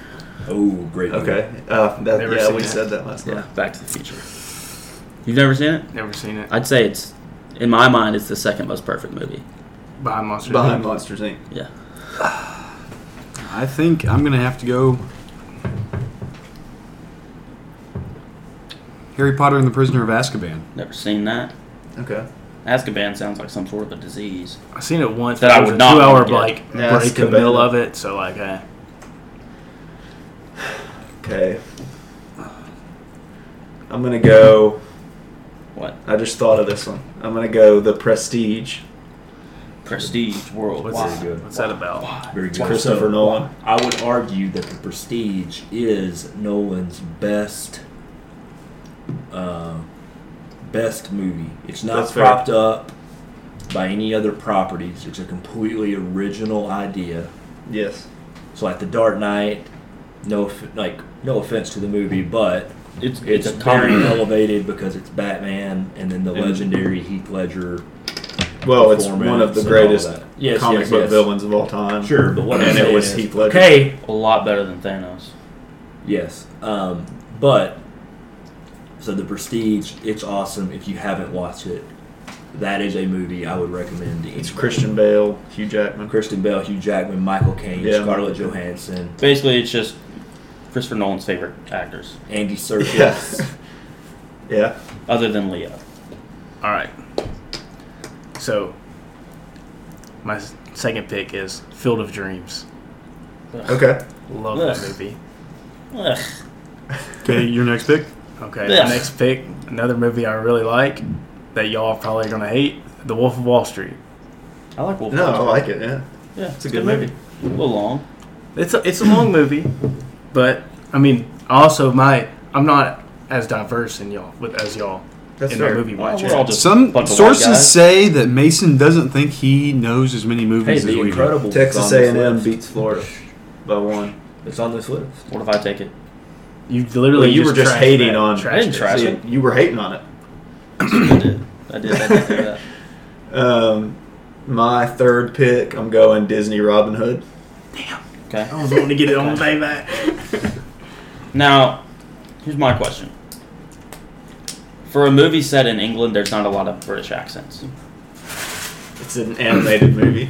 S6: Oh, great. movie.
S2: Okay. Uh, that,
S4: Never
S2: yeah,
S4: seen
S2: we
S4: that.
S2: said that last
S1: Yeah,
S2: night.
S1: Back to the Future. You've never seen it?
S4: Never seen it.
S1: I'd say it's, in my mind, it's the second most perfect movie.
S4: Behind Monsters.
S2: Behind
S4: Inc.
S2: Monsters Inc.
S1: Yeah.
S2: <laughs>
S3: I think I'm gonna have to go. Harry Potter and the Prisoner of Azkaban.
S1: Never seen that.
S2: Okay.
S1: Azkaban sounds like some sort of a disease.
S4: I seen it once.
S1: That
S4: but
S1: I
S4: it was
S1: would
S4: a
S1: not
S4: two-hour
S1: get.
S4: like
S2: Yeah,
S4: break
S2: it's
S4: in the middle
S2: commitment.
S4: of it. So like, eh.
S2: Okay. I'm gonna go.
S1: What?
S2: I just thought of this one. I'm gonna go The Prestige.
S1: Prestige
S4: what's,
S1: worldwide.
S6: Very good.
S4: what's that about?
S6: Very good.
S2: Christopher
S6: So,
S2: Nolan.
S6: I would argue that The Prestige is Nolan's best, uh, best movie. It's not
S2: That's fair.
S6: propped up by any other properties. It's a completely original idea.
S2: Yes.
S6: So like The Dark Knight, no off- like no offense to the movie, but
S1: It's, it's,
S6: Mm-hmm. it's
S1: a
S6: very
S1: comedy.
S6: elevated because it's Batman and then the
S1: And-
S6: legendary Heath Ledger.
S2: Well, Oh, it's
S6: performance
S2: one of the
S6: and all
S2: greatest
S6: that. Yes,
S2: comic
S6: yes,
S2: book
S6: yes.
S2: villains of all time.
S6: Sure, but what I'm
S2: and it
S6: saying
S2: was
S6: is-
S2: Heath Ledger.
S6: Okay,
S1: A lot better than Thanos.
S6: Yes. Um, but so the Prestige, it's awesome. If you haven't watched it, that is a movie I would recommend. To
S2: It's
S6: anyone.
S2: Christian Bale, Hugh Jackman. <laughs>
S6: Kristen Bell, Hugh Jackman, Michael Caine,
S2: Yeah.
S6: Scarlett Johansson,
S1: Basically, it's just Christopher Nolan's favorite actors,
S6: Andy Serkis.
S2: Yes. Yeah.
S1: other than Leo.
S4: All right. So, My s- second pick is Field of Dreams.
S2: Okay.
S4: Love
S1: Ugh.
S4: that movie.
S1: Ugh.
S3: Okay, your next pick.
S4: Okay,
S1: Ugh.
S4: next pick, another movie I really like that y'all are probably gonna hate, The Wolf of Wall Street.
S1: I like Wolf.
S2: No,
S1: Hall
S2: I
S1: Street.
S2: like it. Yeah.
S1: Yeah,
S2: It's a good movie.
S1: A little long.
S4: It's a, it's a long movie, but I mean, also my I'm not as diverse in y'all with as y'all
S2: That's
S4: in
S2: fair.
S4: the movie
S1: Well,
S4: watching.
S1: we're all just a
S3: Some
S1: bunch of white
S3: sources
S1: guys.
S3: say that Mason doesn't think he knows as many
S6: Hey,
S3: movies as
S6: the
S3: we do.
S6: Incredibles.
S2: Texas
S6: is on this
S2: A&M
S6: list.
S2: beats Florida by one.
S6: It's on this list.
S1: What if I take it?
S4: you
S2: Well,
S4: literally
S2: you were just
S4: trashed
S2: hating
S4: that-
S2: on-
S4: trashed
S1: I didn't
S4: it.
S1: trash
S2: See,
S1: it.
S2: you were hating on it.
S1: I did. I did. I did do that.
S2: Um, my third pick, I'm going Disney Robin Hood.
S1: Okay.
S4: I was wanting to get it on the way back.
S1: Now, here's my question. For a movie set in England, there's not a lot of British accents.
S2: It's an animated
S6: <laughs>
S2: movie.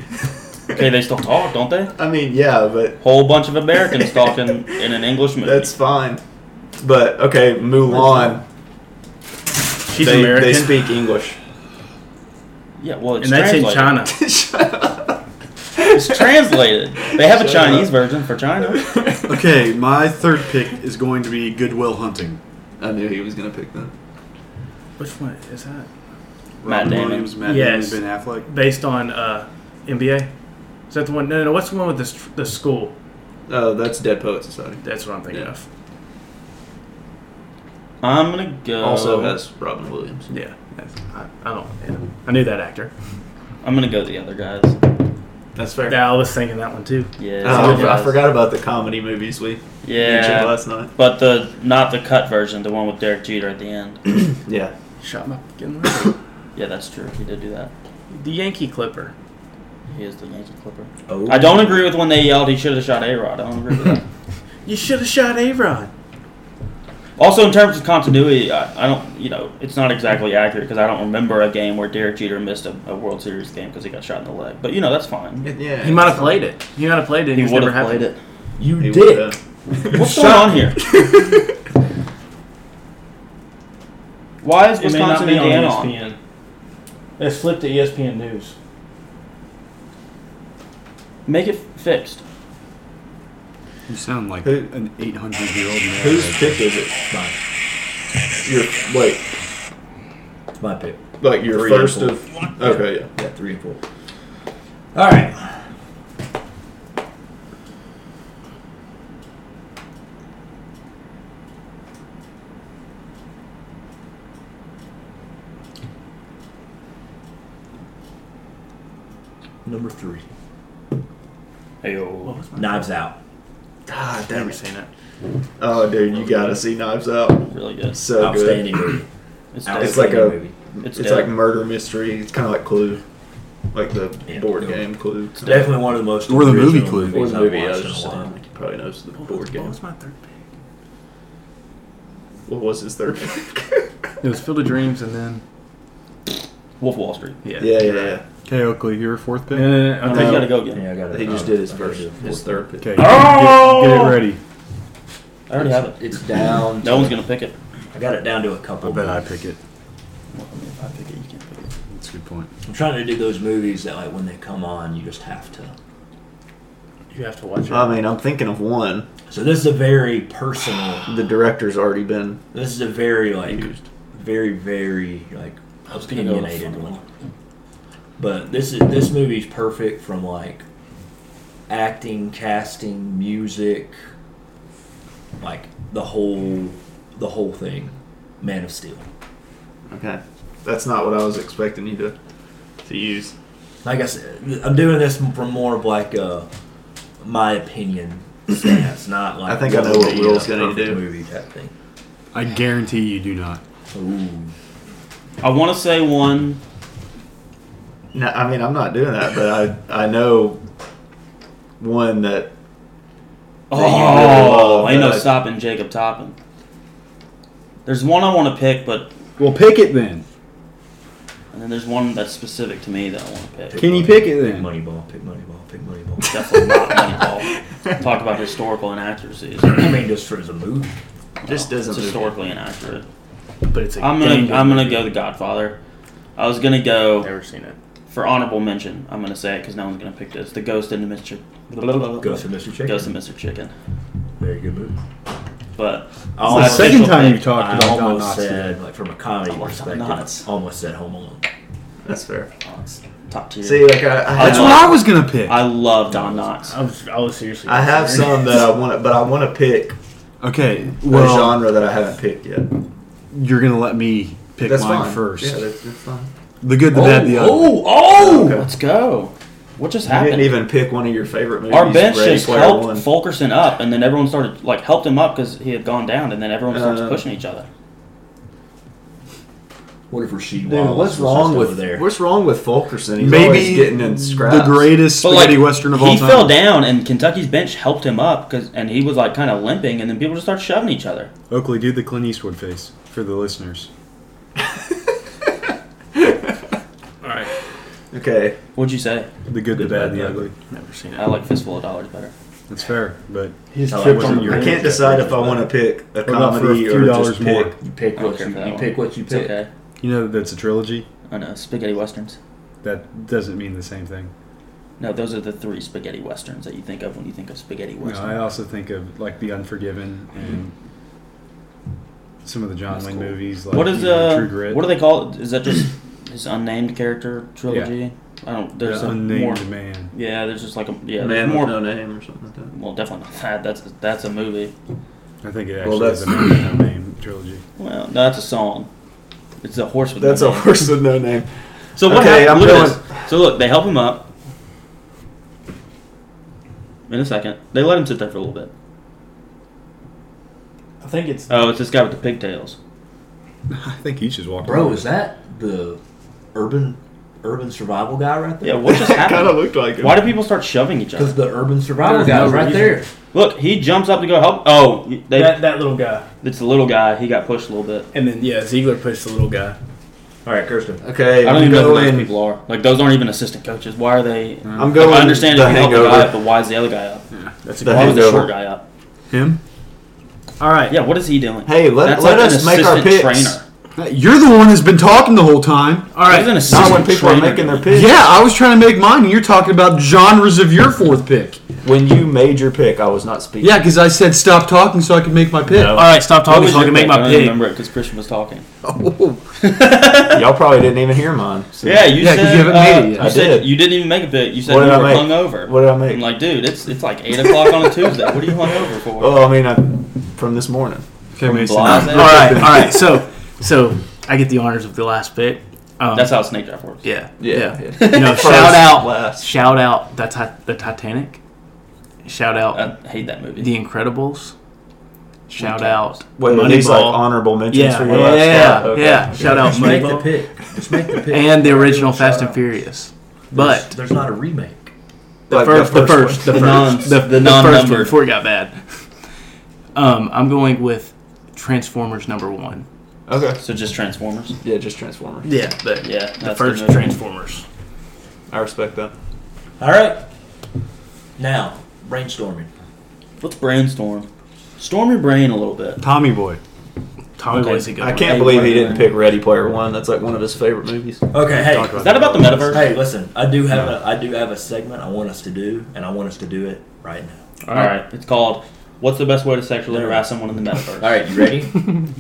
S1: Okay, they still talk, don't they?
S2: I mean, yeah, but
S1: Whole bunch of Americans talking in an English movie.
S2: that's fine. But okay, Mulan.
S4: She's
S2: they,
S4: American,
S2: they speak English.
S1: yeah, well, it's
S4: and that's in
S1: translated.
S2: <laughs>
S4: China.
S2: Shut up.
S1: It's translated. They have a
S2: Shut
S1: Chinese
S2: up.
S1: version for China.
S3: Okay, my third pick is going to be Goodwill Hunting.
S2: I knew he was gonna pick that.
S4: Which one is that?
S1: Matt
S3: Robin
S1: Damon.
S3: Williams, Matt
S4: Yes.
S3: Damon, Ben Affleck.
S4: Based on uh, NBA. Is that the one? No, no, no. What's the one with the s- the school?
S2: Oh, that's Dead Poet Society.
S4: That's what I'm thinking
S2: Yeah.
S4: of.
S1: I'm gonna go.
S2: Also has Robin Williams.
S4: Yeah, that's, I, I don't. Yeah. I knew that actor.
S1: I'm gonna go the other guys.
S2: That's fair.
S4: Yeah, I was thinking that one too.
S1: Yeah.
S2: Oh,
S1: the other
S2: I
S1: guys.
S2: forgot about the comedy movies we mentioned
S1: Yeah,
S2: last night.
S1: but the not the cut version, the one with Derek Jeter at the end.
S2: Yeah.
S4: Shot my fucking leg.
S1: Yeah, that's true. He did do that.
S4: the Yankee Clipper.
S1: He is the Yankee Clipper.
S6: Oh,
S1: I don't agree with when they yelled he should have shot A Rod. I don't agree with that.
S4: You should have shot Avon.
S1: Also, in terms of continuity, I, I don't, you know, it's not exactly accurate because I don't remember a game where Derek Jeter missed a, a World Series game because he got shot in the leg. But you know, that's fine.
S2: Yeah.
S4: He might have played it. He might have played it. and
S1: He
S4: it's
S1: would
S4: never
S1: have played
S4: happened.
S1: it.
S6: You
S2: He uh,
S6: did.
S2: would've.
S4: <laughs>
S1: What's going on here? Why is
S4: It may not
S1: Wisconsin
S4: be on E
S1: Indiana on?
S4: ESPN. It's flipped to E ESPN News.
S1: Make it fixed.
S3: You sound like
S2: Who-
S3: an 800 year old man.
S2: Whose pick is it?
S6: Mine.
S2: Your wait,
S6: It's my pick.
S2: like your
S6: Three
S2: first
S6: and
S2: of okay, yeah.
S6: Yeah, three and four. All right. Number three,
S1: Hey,
S4: What was my?
S6: Knives Out.
S2: God damn
S4: Never
S2: it!
S4: seen it.
S2: Oh, dude, you gotta see Knives Out.
S1: Really good.
S2: It's so good.
S6: Outstanding movie.
S1: It's
S6: Outstanding
S1: dope.
S2: It's like a-
S6: movie.
S1: It's,
S2: It's
S1: dope.
S2: like murder mystery. It's kind of like Clue, like the
S6: Yeah,
S2: board
S6: yeah.
S2: game Clue.
S6: It's definitely one of the most.
S3: Or the movie
S6: original
S3: clue.
S2: Or
S6: movies
S2: the
S6: I've
S2: movie. I was
S6: watched in a
S2: just
S6: while.
S2: saying, he probably knows the
S4: What was,
S2: board
S4: what
S2: game.
S4: was my third pick?
S2: What was his third? <laughs> pick?
S4: It was Field of Dreams, and then
S1: Wolf of Wall Street.
S4: yeah,
S2: yeah, yeah, yeah.
S3: Okay, Oakley, your fourth pick?
S4: No, no, no, no,
S1: I
S4: I
S1: think
S4: think-
S1: you gotta go again.
S6: Yeah, I got it.
S2: He just
S6: Um,
S2: did his
S6: I
S2: first,
S6: gotta do
S2: his
S6: it.
S2: third pick.
S3: Okay,
S1: Oh!
S3: get, get it ready.
S1: I already have it.
S6: It's down.
S1: No one's gonna pick it.
S6: I got it down to a couple.
S3: I bet I pick it.
S1: Well, I mean, if I pick it, you can't pick it.
S3: That's a good point.
S6: I'm trying to do those movies that, like, when they come on, you just have to.
S4: you have to watch it.
S2: I mean, I'm thinking of one.
S6: So this is a very personal.
S2: The director's already been
S6: This is a very like,
S2: used.
S6: very very like
S1: I was gonna go with
S6: opinionated
S1: Fun
S6: one.
S1: Walk.
S6: But this is this movie's perfect from like acting, casting, music, like the whole the whole thing. Man of Steel.
S2: Okay, that's not what I was expecting you to to use.
S6: like I said, I'm doing this from more of like uh, my opinion stance, not like
S2: I think I know
S6: would
S2: what
S6: be
S2: Will's
S6: a
S2: gonna
S6: perfect
S2: do.
S6: Movie type thing.
S3: I guarantee you do not.
S6: Ooh,
S1: I want to say one.
S2: No, I mean I'm not doing that, but I I know one that you really
S1: Oh,
S2: love,
S1: ain't no
S2: but-
S1: stopping Jacob Toppin. There's one I want to pick, but
S3: Well, pick it then.
S1: and then there's one that's specific to me that I want to pick.
S3: Can you pick it then?
S6: Moneyball, pick Moneyball, pick Moneyball.
S1: That's a lot Moneyball. Talk about historical inaccuracies.
S6: I mean, just for as a movie.
S2: this
S1: Well,
S2: doesn't
S1: It's historically inaccurate.
S4: but it's. A
S1: I'm gonna
S4: dang good
S1: I'm gonna
S4: movie.
S1: go The Godfather. I was gonna go
S4: Never seen it.
S1: for honorable mention, I'm gonna say it because no one's gonna pick this. The Ghost and Mr.
S6: Ghost of Mr. Chicken.
S1: Ghost and Mr. Chicken.
S6: Very good movie.
S1: But
S3: the
S1: my
S3: second
S1: official
S3: time
S1: pick.
S3: you've talked
S6: I
S3: about Don
S6: almost
S3: Knotts
S6: said,
S3: today.
S6: like from a comedy
S1: Don Knotts.
S6: perspective, I almost said Home Alone.
S2: That's fair.
S1: Oh, it's top tier.
S2: See, like I, I
S1: That's
S3: That's
S2: have,
S3: what I was gonna pick.
S1: I love Don Knotts.
S4: I was, I was seriously.
S2: I have some that I want, to, but I want to pick
S3: okay,
S2: a
S3: well,
S2: genre that I haven't picked yet.
S3: you're gonna let me pick
S2: That's
S3: mine
S2: fine.
S3: first.
S2: Yeah, that's, that's fine.
S3: the good, the bad, the ugly.
S6: oh, oh!
S2: Okay.
S1: Let's go. What just
S2: You didn't
S1: happened?
S2: even pick one of your favorite movies.
S1: Our bench
S2: Ready
S1: just
S2: Player
S1: helped
S2: One.
S1: Fulkerson up, and then everyone started like helped him up because he had gone down, and then everyone starts
S2: Uh,
S1: pushing each other.
S6: What if Rasheed
S2: Dude,
S6: Wallace
S2: what's
S6: was
S2: wrong
S6: just
S2: with
S6: over there?
S2: What's wrong with Fulkerson? He's always
S3: Maybe
S2: getting in
S3: the
S2: scraps.
S3: greatest spaghetti western of all
S1: he
S3: time.
S1: fell down, and Kentucky's bench helped him up, cause, and he was like kind of limping, and then people just started shoving each other.
S3: Oakley, do the Clint Eastwood face for the listeners.
S4: All right.
S2: Okay,
S1: What'd you say?
S3: The good, the bad, the ugly.
S4: Never seen it.
S1: I like Fistful of Dollars better.
S3: That's fair, but
S6: He's
S3: tripped on the
S2: I can't decide if I want to pick a
S3: about for
S2: comedy
S3: a
S2: or just
S3: few dollars more?
S2: pick.
S6: You pick
S1: I don't
S6: what
S1: care
S6: you,
S1: for that
S6: you
S1: one.
S6: pick what you
S1: It's
S6: pick.
S1: okay.
S3: you know that that's a trilogy.
S1: I know spaghetti westerns.
S3: That doesn't mean the same thing.
S1: No, those are the three spaghetti westerns that you think of when you think of spaghetti
S3: No,
S1: western.
S3: I also think of like The Unforgiven and some of the John
S1: That's
S3: Wayne
S1: cool.
S3: movies. Like
S1: what is
S3: you know,
S1: uh?
S3: True Grit?
S1: What do they call it? Is that just his unnamed character trilogy? I don't. There's
S3: the
S1: a
S3: unnamed
S1: more.
S3: man.
S1: Yeah, there's just like a yeah. there's
S2: Man
S1: more.
S2: with no name or something like that.
S1: Well, definitely not that. That's that's a movie.
S3: I think it
S2: Well,
S3: actually is a man with <laughs> no name trilogy.
S1: Well, no, that's a song. It's a horse with. no
S2: That's a
S1: name.
S2: horse with no name.
S1: So what
S2: Okay,
S1: happened?
S2: I'm
S1: look at this. So look, they help him up. In a second, they let him sit there for a little bit.
S4: I think it's.
S1: Oh, it's this guy with the pigtails.
S3: I think he just walked.
S6: Bro,
S3: away.
S6: is that the urban urban survival guy right
S1: Yeah,
S6: there?
S1: what
S2: <laughs>
S1: just
S2: Kind of
S1: happened?
S2: looked like him.
S1: Why do people start shoving each
S6: Because
S1: other?
S6: the urban survival
S4: There's
S6: guy
S4: no
S6: was right
S4: reason.
S6: there.
S1: Look, he jumps up to go help. Oh, they,
S4: that, that little guy.
S1: it's the little guy. He got pushed a little bit.
S4: And then, yeah, Ziegler pushed the little guy.
S6: All right, Kirsten.
S1: I
S2: Okay,
S1: don't
S2: I'm
S1: even know who
S2: going.
S1: those people are. Like those aren't even assistant coaches. Why are they?
S2: I'm
S1: Like,
S2: going.
S1: I understand
S2: the
S1: if you help the guy up,
S2: hangover.
S1: but why is the other guy up?
S4: That's a
S2: The
S1: why was the
S2: Hangover.
S1: short guy up?
S3: him? All right,
S1: Yeah, what is he doing?
S2: Hey, let-
S1: That's
S2: let
S1: like
S2: us
S1: an
S2: make our
S1: assistant
S2: picks.
S1: Trainer.
S3: Uh, you're the one that's been talking the whole time.
S4: All
S1: What is an
S4: right.
S1: assistant
S2: Not when people are
S1: trainer
S2: making their
S1: doing?
S2: picks.
S3: Yeah, I was trying to make mine, and you're talking about genres of your fourth pick.
S2: When you made your pick, I was not speaking.
S3: Yeah, because I said stop talking so I can make my pick.
S4: All right, stop
S1: What
S4: talking
S1: was
S4: so I
S1: your
S4: can make
S1: pick? I
S4: my
S1: don't
S4: pick.
S1: remember it because Christian was talking.
S2: Y'all probably didn't even hear mine. So
S1: Yeah, you
S3: Yeah, 'cause
S1: said
S3: you haven't made it
S1: uh,
S3: yet.
S1: You
S2: I
S1: said
S2: did.
S1: you didn't even make a pick. You said
S2: What
S1: you
S2: did I
S1: were
S2: make?
S1: hungover.
S2: What did I
S1: I'm
S2: make?
S1: like, dude, it's it's like eight o'clock on a Tuesday. What are you hungover for?
S2: Well, I mean, I, from this morning.
S3: Okay, Mason.
S1: Blase.
S4: All right, all right. So, so I get the honors of the last pick. Um,
S1: That's how snake draft works.
S4: <laughs> Yeah,
S2: yeah. <laughs>
S4: You know,
S2: First,
S4: shout out,
S2: last.
S4: shout out the, ti- the Titanic. Shout out
S1: I hate that movie.
S4: the Incredibles. Shout
S1: Okay.
S4: out
S2: Wait, are these like
S4: Moneyball.
S2: honorable mentions
S4: yeah,
S2: for
S4: yeah,
S2: your last
S4: yeah,
S2: spot? Okay.
S4: yeah. Shout out
S6: Just make the
S4: Moneyball
S6: pick. Just make the pick.
S4: and the original
S6: Shout
S4: Fast and
S6: out.
S4: Furious.
S6: There's-
S4: But
S6: there's not a remake.
S4: the,
S2: Like
S4: first, the first,
S2: one.
S4: the
S1: The non-
S4: first, the,
S1: the
S4: the, first one
S1: non-numbered.
S4: before it got bad. Um, I'm going with Transformers number one.
S2: <laughs> Okay.
S1: So just Transformers.
S2: Yeah, just Transformers.
S4: Yeah, but
S1: Yeah,
S4: the
S1: that's
S4: first
S1: movie.
S4: Transformers.
S2: I respect that.
S6: All right. Now brainstorming.
S1: Let's brainstorm. Storm your brain a little bit.
S3: Tommy Boy.
S4: Tommy
S1: Okay.
S4: Boy's a good
S2: I
S4: one.
S2: can't
S1: Hey,
S2: believe
S1: what
S2: he
S1: are you
S2: didn't
S1: doing?
S2: pick Ready Player One. That's like one of his favorite movies.
S6: Okay. Hey.
S3: Talk
S1: Is that about the metaverse?
S6: Hey, listen. I do have a I do have a segment I want us to do, and I want us to do it right now.
S1: All right, it's called "What's the best way to sexually harass someone in the metaverse?"
S6: All right, you ready?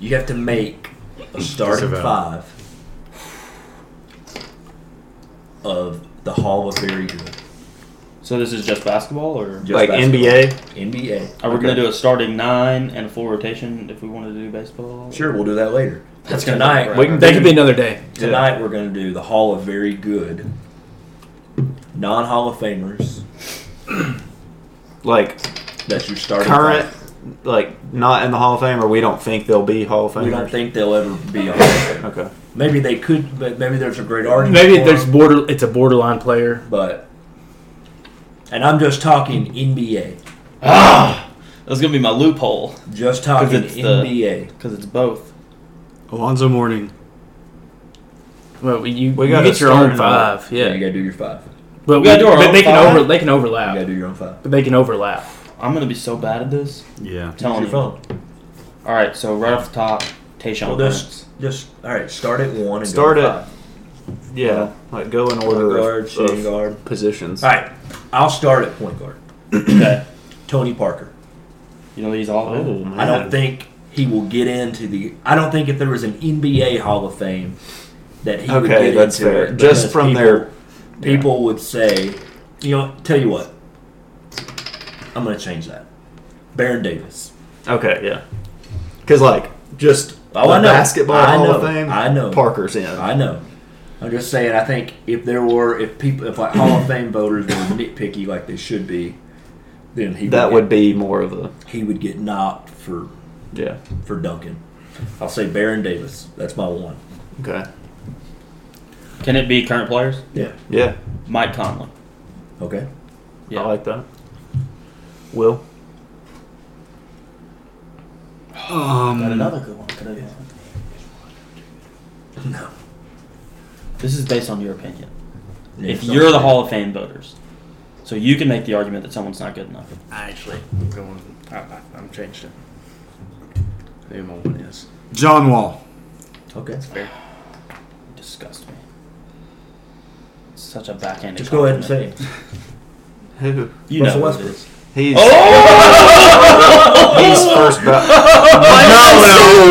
S6: you have to make a starting
S3: Disavow.
S6: five of the Hall of Very Good.
S1: So this is just basketball, or
S6: Just
S2: like
S6: basketball.
S2: NBA.
S6: NBA.
S1: are we gonna do a starting nine and a full rotation if we want to do baseball?
S6: Sure, we'll do that later.
S1: That's
S6: That's
S1: gonna
S6: tonight.
S1: be
S6: we-
S1: forever.
S4: That could be another day.
S6: Tonight we're going to do the Hall of Very Good, non Hall of Famers.
S2: Like
S6: That's your starting
S2: current,
S6: five.
S2: like not in the Hall of Fame, or we don't think they'll be Hall of Famers.
S6: We don't think they'll ever be a Hall of Famer.
S2: Okay.
S6: Maybe they could, but maybe there's a great argument.
S4: Maybe
S6: for
S4: there's
S6: them,
S4: border. It's a borderline player.
S6: but. And I'm just talking NBA.
S1: Ah, that's gonna be my loophole
S6: Just talking
S1: it's the-
S6: NBA.
S1: because it's both.
S3: Alonzo Mourning.
S4: Well, you,
S2: We
S4: you
S2: gotta
S4: get your own
S2: start it out.
S4: five,
S6: Yeah.
S4: yeah.
S6: you gotta do your five. You
S4: But
S1: We
S4: we,
S1: gotta do our
S4: but
S1: own
S4: they can
S1: five.
S4: over. They can overlap.
S6: gotta do your own five.
S4: But they can overlap.
S1: I'm gonna be so bad at this.
S3: Yeah.
S1: Tell me. All right, so right off the top, Tayshawn
S6: Well,
S1: Prince.
S6: just, just all right. Start at one and
S2: Start
S6: go to
S2: at-
S6: five.
S2: Yeah, like go in
S6: Point
S2: order
S6: guard,
S2: of,
S6: shooting
S2: of
S6: guard.
S2: positions.
S6: All right, I'll start at point guard.
S1: Okay.
S6: Tony Parker.
S1: You know these all of them?
S2: man.
S6: I don't think he will get into the. I don't think if there was an NBA Hall of Fame that he would
S2: Okay,
S6: get
S2: that's
S6: into
S2: fair.
S6: it
S2: Just
S6: because
S2: from
S6: people,
S2: their
S6: people would say, you know, tell you what, I'm going to change that. Baron Davis.
S2: Okay, yeah. Because like just
S6: Oh,
S2: the
S6: I know.
S2: basketball
S6: I
S2: Hall of
S6: know.
S2: Fame,
S6: I know.
S2: Parker's in.
S6: I know. I'm just saying. I think if there were, if people, if like Hall of Fame voters were nitpicky like they should be, then he
S2: that
S6: would,
S2: would be more of a
S6: get, he would get knocked for
S2: yeah.
S6: for Duncan. I'll say Baron Davis. That's my one.
S2: Okay,
S1: Can it be current players?
S6: Yeah.
S2: yeah,
S1: Mike Conley.
S6: Okay.
S1: Yeah.
S2: I like that. Will
S3: Um,
S1: another good one. Can I do one? This is based on your opinion. if you're the Hall of Fame voters, so you can make the argument that someone's not good enough.
S4: Actually, I'm going. I, I, I'm changed it. Maybe my one is.
S3: John Wall.
S6: Okay.
S1: Disgust me. Such a backhanded.
S6: Just go ahead and say it.
S2: who?
S1: You
S6: Russell
S1: know what it
S6: Westbrook.
S1: is.
S2: He's Oh,
S1: Oh! <laughs>
S2: he's first. Ba- no, no,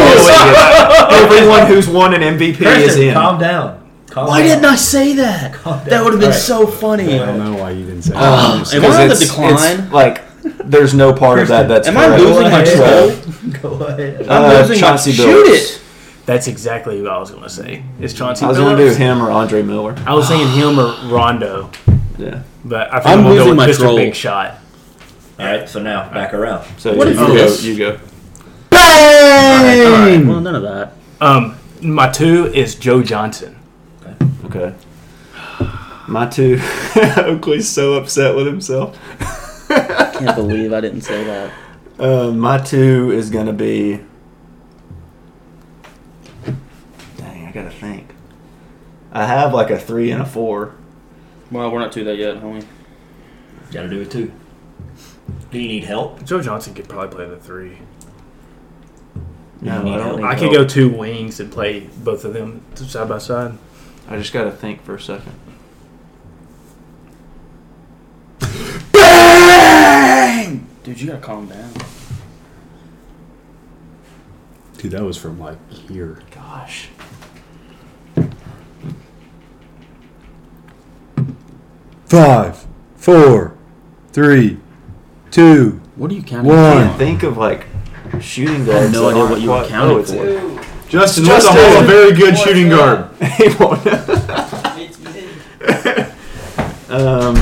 S2: Oh, everyone who's won an MVP is
S6: Preston,
S2: in.
S6: calm down. Calm
S1: Why
S6: down.
S1: didn't I say that?
S6: Calm down.
S1: That would have been
S6: All right.
S1: so funny.
S3: I don't know why you didn't say
S1: Uh,
S3: that.
S1: am I on the
S2: um, 'Cause it's-
S1: decline?
S2: it's, like there's no part of that that's.
S1: Am I
S2: correct.
S1: losing my
S6: ahead.
S1: soul?
S6: <laughs> Go ahead.
S2: Uh,
S1: I'm losing
S2: Chauncey
S1: my shoot
S2: Billups.
S1: it.
S4: That's exactly who I was going to say. Is Chauncey?
S2: I was
S4: going
S2: gonna do him or Andre Miller.
S4: I was thinking him or Rondo,
S2: Yeah.
S4: but I think
S1: I'm
S4: I'm,
S1: losing
S4: going
S1: my
S4: with Mr.
S1: troll.
S4: Big Shot.
S6: All right. So now back around.
S2: So
S1: What
S2: you,
S1: is
S2: you go.
S1: this?
S2: You go.
S1: All right, all
S3: Hmm.
S1: right. Well, none of that.
S4: Um, my two is Joe Johnson.
S2: Okay. My <laughs> two. Oakley's so upset with himself. <laughs>
S1: Can't believe I didn't say that.
S2: Uh, my two is gonna be. Dang, I gotta think. I have like a three and a four.
S1: Well, we're not to that yet, homie.
S6: Got to do it too. Do you need help?
S4: Joe Johnson could probably play the three.
S2: No,
S6: You need
S2: I don't.
S6: help.
S4: I could go two wings and play both of them side by side.
S2: I just gotta think for a second.
S1: Bang! Dude, you gotta calm down.
S3: Dude, that was from like here.
S2: Gosh.
S3: Five, four, three, two.
S1: What are you counting?
S3: One.
S2: Can't think of like shooting guards.
S1: no
S2: that
S1: idea
S2: aren't
S1: what you were
S2: quite-
S1: counting
S2: it's-
S1: for.
S3: Justin,
S2: Justin.
S3: Justin. a very good shooting guard.
S2: <laughs> He won't. um,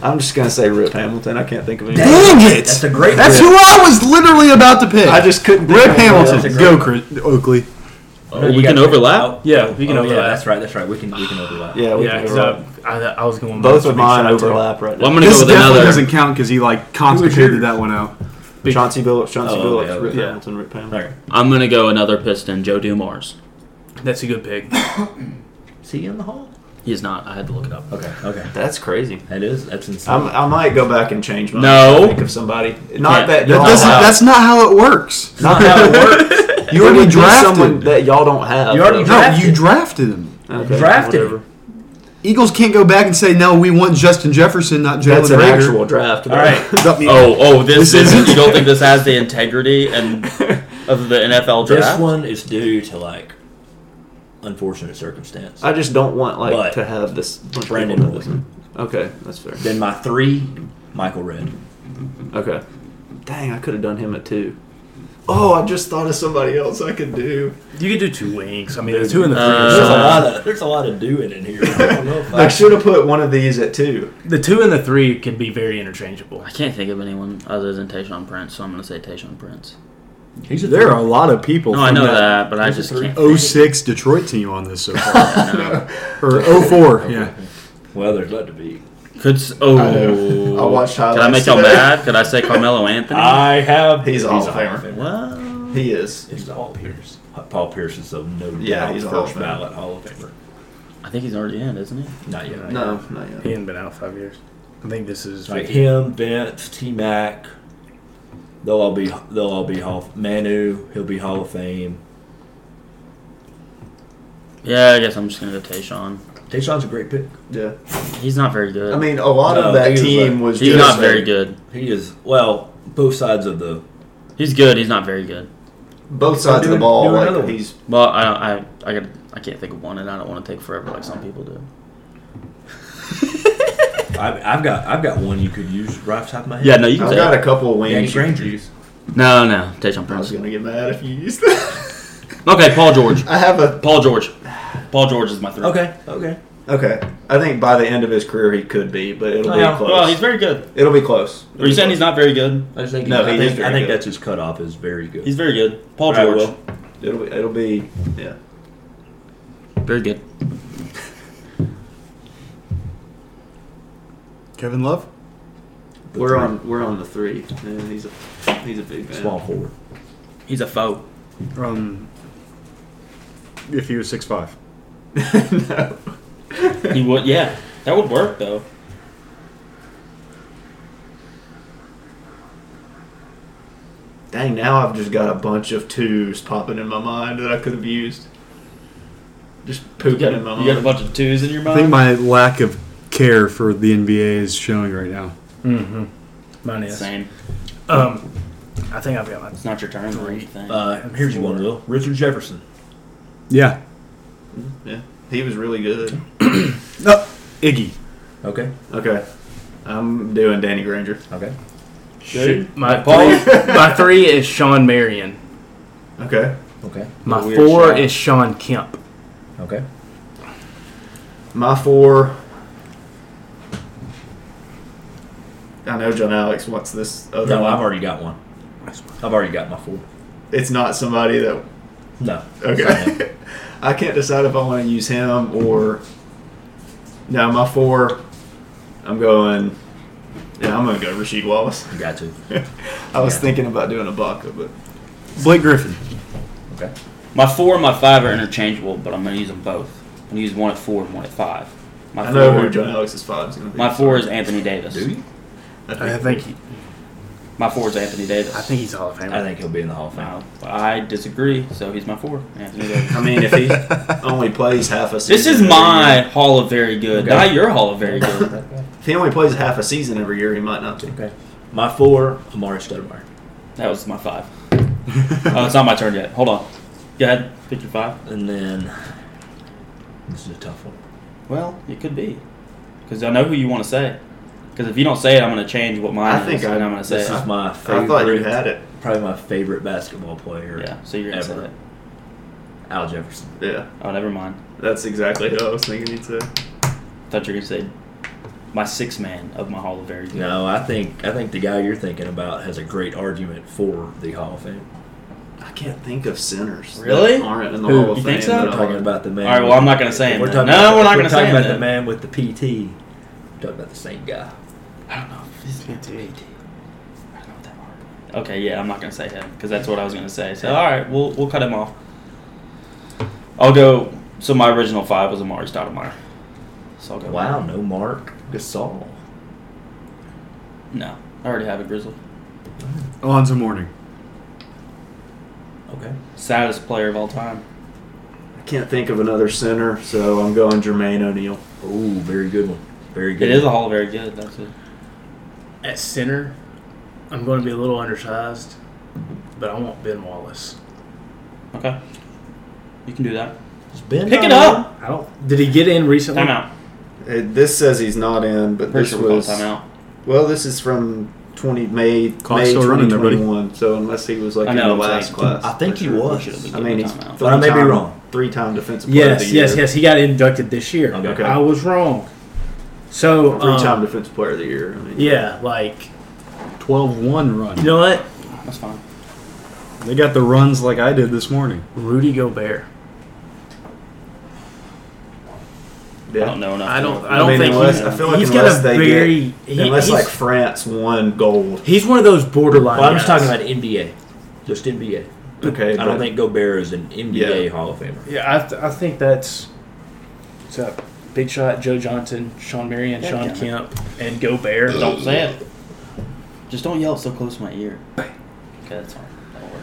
S2: I'm just gonna say Rip Hamilton. I can't think of anything.
S3: Dang it!
S6: That's a great.
S3: That's
S6: grip.
S3: who I was literally about to pick.
S2: I just couldn't. think
S3: Rip
S2: of anyone
S3: Hamilton.
S2: else.
S3: Go, Chris, Oakley.
S1: Oh, we can overlap?
S4: Yeah, we can
S6: oh,
S4: overlap.
S6: Yeah, that's right. That's right. We can. We can overlap.
S2: Yeah, we
S4: Yeah,
S2: can
S4: because
S2: overlap.
S4: I, I, I was going
S2: Both
S4: with
S2: of mine
S4: Big Shot, too.
S2: overlap
S1: Well,
S2: right now.
S1: I'm gonna
S3: This
S1: go with
S3: definitely
S1: another.
S3: doesn't count because he like constipated that one out.
S4: Big-
S2: Chauncey Billups, Chauncey
S6: Oh,
S2: Billups,
S6: yeah,
S2: Rip
S6: yeah.
S2: Hamilton, Rip Hamilton.
S6: All right.
S1: I'm gonna go another Piston, Joe Dumars.
S4: That's a good pick.
S6: Is he in the hall?
S1: He is not. I had to look it up.
S6: Okay. Okay.
S2: That's crazy.
S6: That is. That's insane.
S2: I'm, I might go back and change mine.
S1: No.
S2: if I Think of somebody. Not
S1: Can't-
S2: that
S3: That
S2: y'all
S3: doesn't,
S2: have.
S3: that's not how it works.
S2: not how
S6: <laughs>
S2: it works.
S3: <laughs> You
S2: It would
S3: already
S2: be someone
S3: drafted.
S2: that y'all don't have.
S6: You already
S2: though.
S3: no,
S6: drafted.
S3: you drafted him.
S2: Okay,
S6: Drafted.
S2: whatever.
S3: Eagles can't go back and say no. We want Justin Jefferson, not
S2: That's
S3: Jalen
S2: an
S3: Rager.
S2: actual draft.
S6: All
S1: <laughs>
S2: <laughs>
S6: right.
S1: Oh, oh, this,
S3: This isn't-
S1: is. You don't think this has the integrity and of the NFL
S6: This
S1: draft?
S6: one is due to like unfortunate circumstance.
S2: I just don't want like
S6: But-
S2: to have this bunch of
S6: Brandon
S2: people that
S6: Roy.
S2: listen. Okay, that's fair.
S6: then my three, Michael Red.
S2: Okay. Dang, I could have done him at two. Oh, I just thought of somebody else I could do.
S4: You could do two wings. I mean, the two and the three. are
S1: Uh,
S6: There's a
S4: so-
S6: lot of there's a lot of doing in here. I don't
S1: <laughs>
S6: know if
S2: I
S6: I,
S2: should have put one of these at two.
S4: the two and the three can be very interchangeable.
S1: I can't think of anyone other than Tayshawn Prince, so I'm gonna say Tayshawn Prince.
S6: he's a
S3: There are a lot of people.
S1: No, I
S3: from
S1: know that, but I just
S6: three.
S1: can't.
S3: 06 Detroit team on this so far. or 04, yeah.
S6: well, there's let to be.
S1: Could s- oh,
S2: I know. I watched
S1: Could I
S2: highlights
S1: make y'all
S2: today.
S1: mad? Could I say <laughs> Carmelo Anthony?
S6: have
S2: He's a Hall of Famer.
S1: Well,
S2: He is.
S6: He's Paul Pierce. Paul Pierce is of no
S2: Yeah,
S6: doubt
S2: he's a Hall of
S6: first
S2: Famer.
S6: ballot Hall of Famer.
S1: I think he's already in, isn't he?
S6: Not yet.
S2: No, not yet.
S4: He hadn't been out five years. I think this is
S6: Like him, Vince, T Mac. They'll all be they'll all be Hall Manu. He'll be Hall of Fame.
S1: Yeah, I guess I'm just gonna go Tayshawn.
S6: Tayshawn's a great pick.
S2: Yeah.
S1: He's not very good.
S2: I mean, a lot
S6: No,
S2: of that
S6: he was
S2: team
S6: like-
S2: was
S1: he's
S2: just
S1: not very good.
S6: He is well, both sides of the
S1: He's good. He's not very good.
S2: both sides of the
S6: Do-
S2: ball.
S6: do
S2: like,
S6: another one.
S2: he's
S1: Well, I don't, I I got I can't think of one, and I don't want to take forever like some people do.
S6: I've, I've got I've got one you could use right off the top of my head.
S1: Yeah, no, you can
S2: I've
S1: say
S2: got
S1: it.
S2: a couple of
S6: Danny
S2: wings. you
S6: Granger.
S2: could use.
S1: no, no, Tayshawn
S2: I was
S1: Prince.
S2: gonna get mad if you used that. <laughs>
S1: Okay, Paul George.
S2: I have a
S1: Paul George. Paul George is my three.
S6: Okay. Okay.
S2: okay. I think by the end of his career he could be, but it'll
S6: Oh, yeah.
S2: be close.
S1: Well, he's very good.
S2: it'll be close.
S1: Are you saying he's not very good?
S6: I just think
S2: No,
S6: I
S2: he
S6: think,
S2: is very
S6: I think
S2: good.
S6: that's his cutoff is very good.
S1: He's very good. Paul
S6: All right,
S1: George.
S6: Will.
S2: It'll be, it'll be yeah.
S1: Very good.
S3: Kevin Love.
S2: We're on we're on the three, and he's a he's a big man.
S6: small forward.
S1: He's a foe.
S3: Um, if he was six five,
S2: <laughs> no.
S1: He would. Yeah, that would work though.
S2: Dang, now I've just got a bunch of twos popping in my mind that I could have used. Just
S1: You
S2: pooping
S1: got,
S2: in my
S1: you
S2: mind.
S1: got a bunch of twos in your
S3: I think
S1: mind.
S3: my lack of care for the NBA is showing right now.
S4: Mm-hmm. Mine is.
S1: Same.
S4: Um, I think I've got mine.
S1: It's not your turn.
S4: Three.
S1: Thing.
S6: Uh, here's your one, Will. Richard Jefferson.
S3: Yeah.
S2: yeah, he was really good.
S3: No, Iggy.
S6: Okay.
S2: Okay, I'm doing Danny Granger.
S6: Okay.
S1: Shoot.
S4: My
S1: Paul.
S4: three, my three is Sean Marion.
S2: Okay,
S6: Okay.
S4: My
S1: Weird
S4: four
S1: shot.
S4: is Sean Kemp.
S6: Okay.
S2: my four. I know John Alex wants this other
S6: No,
S2: one.
S6: I've already got one. I've already got my four.
S2: It's not somebody that.
S6: No. Sorry.
S2: Okay, <laughs> I can't decide if I want to use him or. No, my four. I'm going. Yeah, I'm going to go Rasheed Wallace. <laughs>
S6: You got to.
S2: I was thinking about doing a Baca, but
S3: Blake Griffin.
S6: Okay.
S1: My four and my five are interchangeable, but I'm gonna use them both. I'm gonna use one at four and one at five. My
S2: I know
S1: four,
S2: who John Alex's five is going to be.
S1: My four is Anthony Davis.
S6: Do you?
S4: I think he,
S1: My four is Anthony Davis.
S4: I think he's Hall of Famer.
S6: I think he'll be in the Hall of Fame.
S1: No, I disagree. So he's my four, Anthony
S3: <laughs>
S1: Davis.
S2: I mean, if he only plays half a season.
S1: This is
S2: every
S1: my
S2: year-
S1: Hall of Very Good,
S6: Okay.
S1: not your Hall of
S4: <laughs>
S1: Very Good.
S6: Okay.
S2: If he only plays half a season every year, he might not be.
S6: Okay. My four, Amari Stoudemire.
S1: that was my five. Oh,
S3: Uh,
S1: it's not my turn yet. Hold on. Go ahead. Pick your five.
S6: And then this is a tough one.
S1: Well, it could be. Because I know who you want to say. Because if you don't say it, I'm going to change what mine
S2: I
S1: is,
S2: think I-
S1: and I'm going to say
S6: This
S1: it.
S6: is my favorite.
S2: I thought you had it.
S6: Probably my favorite basketball player.
S1: Yeah, so you're going to say
S6: ever.
S1: it.
S6: Al Jefferson.
S2: Yeah,
S1: Oh, never mind.
S2: that's exactly who I was thinking you'd say.
S1: thought you were going to say my sixth man of my Hall of Very Good.
S6: No, I think I think the guy you're thinking about has a great argument for the Hall of Fame.
S2: I can't think of centers.
S1: Really?
S2: That aren't in the
S1: Who?
S2: Hall of
S1: You
S2: Fame.
S1: think so?
S2: that
S6: We're
S2: are-
S6: talking about the man.
S1: All right, well, I'm not going to say it.
S6: We're
S1: then.
S6: talking
S1: no,
S6: about,
S1: we're not
S6: we're
S1: going to say
S6: talking
S1: it.
S6: about
S1: then.
S6: the man with the PT. We're talking about the same guy.
S1: I don't know if it's BT. I don't know what that word. Okay, yeah, I'm not gonna say him because that's what I was gonna say. So all right, we'll we'll cut him off. I'll go. So my original five was Amari Stoudemire. So I'll go.
S6: Wow, no Mark Gasol.
S1: No, I already have a Grizzly.
S3: Alonzo Mourning.
S6: Okay.
S1: Saddest player of all time.
S2: I can't think of another center, so I'm going Jermaine O'Neal.
S6: Oh, very good one. Very good.
S1: It is a
S6: one.
S1: Hall of Very Good. That's it.
S4: At center, I'm going to be a little undersized, but I want Ben Wallace.
S1: Okay. You can do that.
S6: It's Ben
S1: Pick it
S6: Donovan.
S1: up.
S4: I don't. Did he get in recently?
S1: Time out.
S2: Uh, This says he's not in, but
S1: Pretty
S2: this
S1: sure we call
S2: was.
S1: time out.
S2: Well, this is from 20 May,
S3: Clock's
S2: May
S3: still running there, buddy.
S2: 2021. So unless he was like
S1: I
S2: in
S1: know,
S2: the
S1: it's
S2: last
S1: like-
S2: class,
S6: I think he
S1: Pretty sure we
S6: was.
S1: should have
S2: I
S1: been
S2: mean,
S1: given
S2: he's
S1: time out.
S6: But I may be
S2: three-time-
S6: wrong.
S2: Three-time defensive player of
S4: Yes,
S2: the year.
S4: yes, yes. He got inducted this year.
S6: Okay.
S4: I was wrong. So
S2: Three-time
S4: um,
S2: defensive player of the year. I mean,
S4: yeah, like
S3: 12-1 run.
S4: you know what?
S1: That's fine.
S3: They got the runs like I did this morning.
S4: Rudy Gobert.
S1: I
S2: yeah.
S1: don't know enough.
S4: I
S1: to-
S4: don't. I don't
S2: mean,
S4: think
S2: unless-
S4: he,
S2: I feel like
S4: he's got a
S2: unless they get-
S4: very. he-
S2: Unless
S4: he's,
S2: like France won gold.
S4: he's one of those borderline.
S6: Well, I'm just
S4: guys.
S6: talking about NBA. Just NBA.
S2: Okay,
S6: I don't
S2: but-
S6: think Gobert is an NBA
S2: Yeah.
S6: Hall of Famer.
S4: Yeah, I, th- I think that's. What's up? Big Shot, Joe Johnson, Sean Marion,
S1: Yeah,
S4: Sean
S1: yeah.
S4: Kemp, and Gobert. <clears throat>
S1: Don't say it. Just don't yell so close to my ear. Okay, that's fine. That'll work.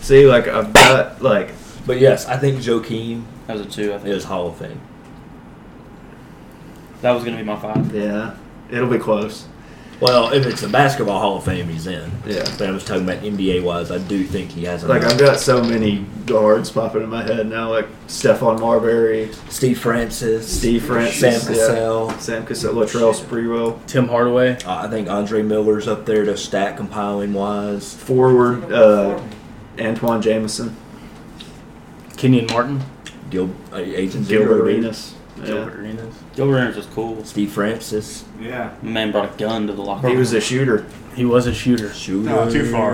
S2: See, like I've got like
S6: But yes, I think Joakim
S1: That was a two, I think.
S6: is Hall of Fame.
S1: That was going to be my five.
S2: Yeah, it'll be close.
S6: Well, if it's a basketball Hall of Fame, he's in.
S2: Yeah.
S6: But I was talking about NBA wise. I do think he has. a
S2: Like I've got so many guards popping in my head now, like Stephon Marbury,
S6: Steve Francis,
S2: Steve Francis,
S6: Sam
S2: yeah.
S6: Cassell.
S2: Sam Cassell, Latrell Sprewell,
S4: Tim Hardaway.
S6: Uh, I think Andre Miller's up there to stat compiling wise.
S2: forward uh, Antoine Jameson,
S4: Kenyon Martin.
S6: Gil, uh, Agent
S2: Gilbert
S6: Zero,
S2: Arenas. Yeah.
S4: Gilbert Arenas.
S1: Gilbert Arenas was cool.
S6: Steve Francis.
S3: Yeah.
S1: My man brought a gun to the locker
S2: He
S1: room.
S2: was a shooter.
S4: He was a shooter.
S6: Shooter.
S3: No, too far.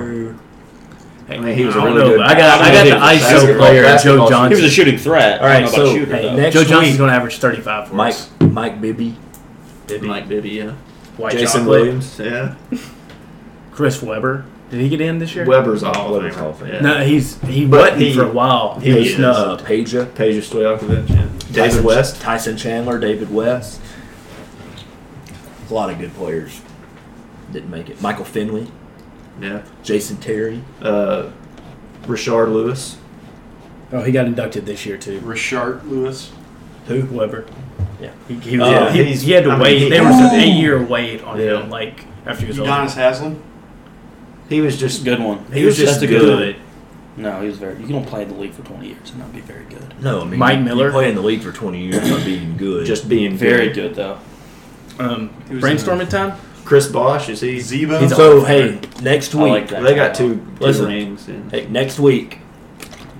S2: I mean, he was a
S4: I don't
S2: really
S4: know,
S2: good.
S4: but I got I got the
S2: basketball-
S4: ISO player
S2: basketball
S4: Joe
S2: shooter.
S1: He was a
S4: Johnson.
S1: shooting threat.
S6: All
S1: I
S6: right,
S1: don't know
S6: so
S1: about shooter,
S6: hey,
S1: though.
S6: next
S4: Joe Johnson's
S6: week-
S4: going to average 35 for
S6: Mike
S4: us.
S6: Mike Bibby.
S4: Bibby.
S2: Mike Bibby, yeah.
S4: White
S2: Jason
S4: chocolate.
S2: Williams, yeah.
S4: Chris Weber. Did he get in this year?
S2: Weber's
S6: Hall
S2: all
S6: of
S2: over
S6: Famer.
S2: top. Yeah.
S4: No, he's he
S2: But
S4: wasn't
S2: he-
S4: for a while.
S2: he
S4: They
S2: is.
S6: Uh,
S4: snubbed.
S6: Peja.
S2: Peja Stojakovic, yeah. David
S6: Tyson-
S2: West.
S6: Tyson Chandler, David West. A lot of good players didn't make it. Michael Finley,
S2: Yeah.
S6: Jason Terry.
S2: Uh, Richard Lewis.
S4: Oh, he got inducted this year too.
S3: Richard Lewis.
S4: Who? Weber.
S6: Yeah.
S4: He, he, was,
S2: Yeah,
S4: he,
S2: Oh, he's-
S4: he had to
S2: I mean,
S4: wait.
S2: he-
S4: there was an eight-year wait on
S2: Yeah.
S4: him, like after he was
S3: Udonis Haslam.
S2: He was just
S1: good one.
S2: He was just
S1: That's a
S2: good.
S1: one. No, he was very. You don't play in the league for 20 years and not be very good.
S6: No, I mean
S4: Mike
S6: you- you
S4: Miller.
S6: play in the league for twenty years by being good.
S2: just being
S1: Very good though.
S4: over. Um,
S3: He was
S4: brainstorming time.
S2: Chris Bosch is he?
S3: Zebo.
S4: He's
S6: so hey, next
S1: I
S6: week
S1: like that.
S2: They got two, two
S6: Listen.
S2: rings. And,
S6: Hey, next week,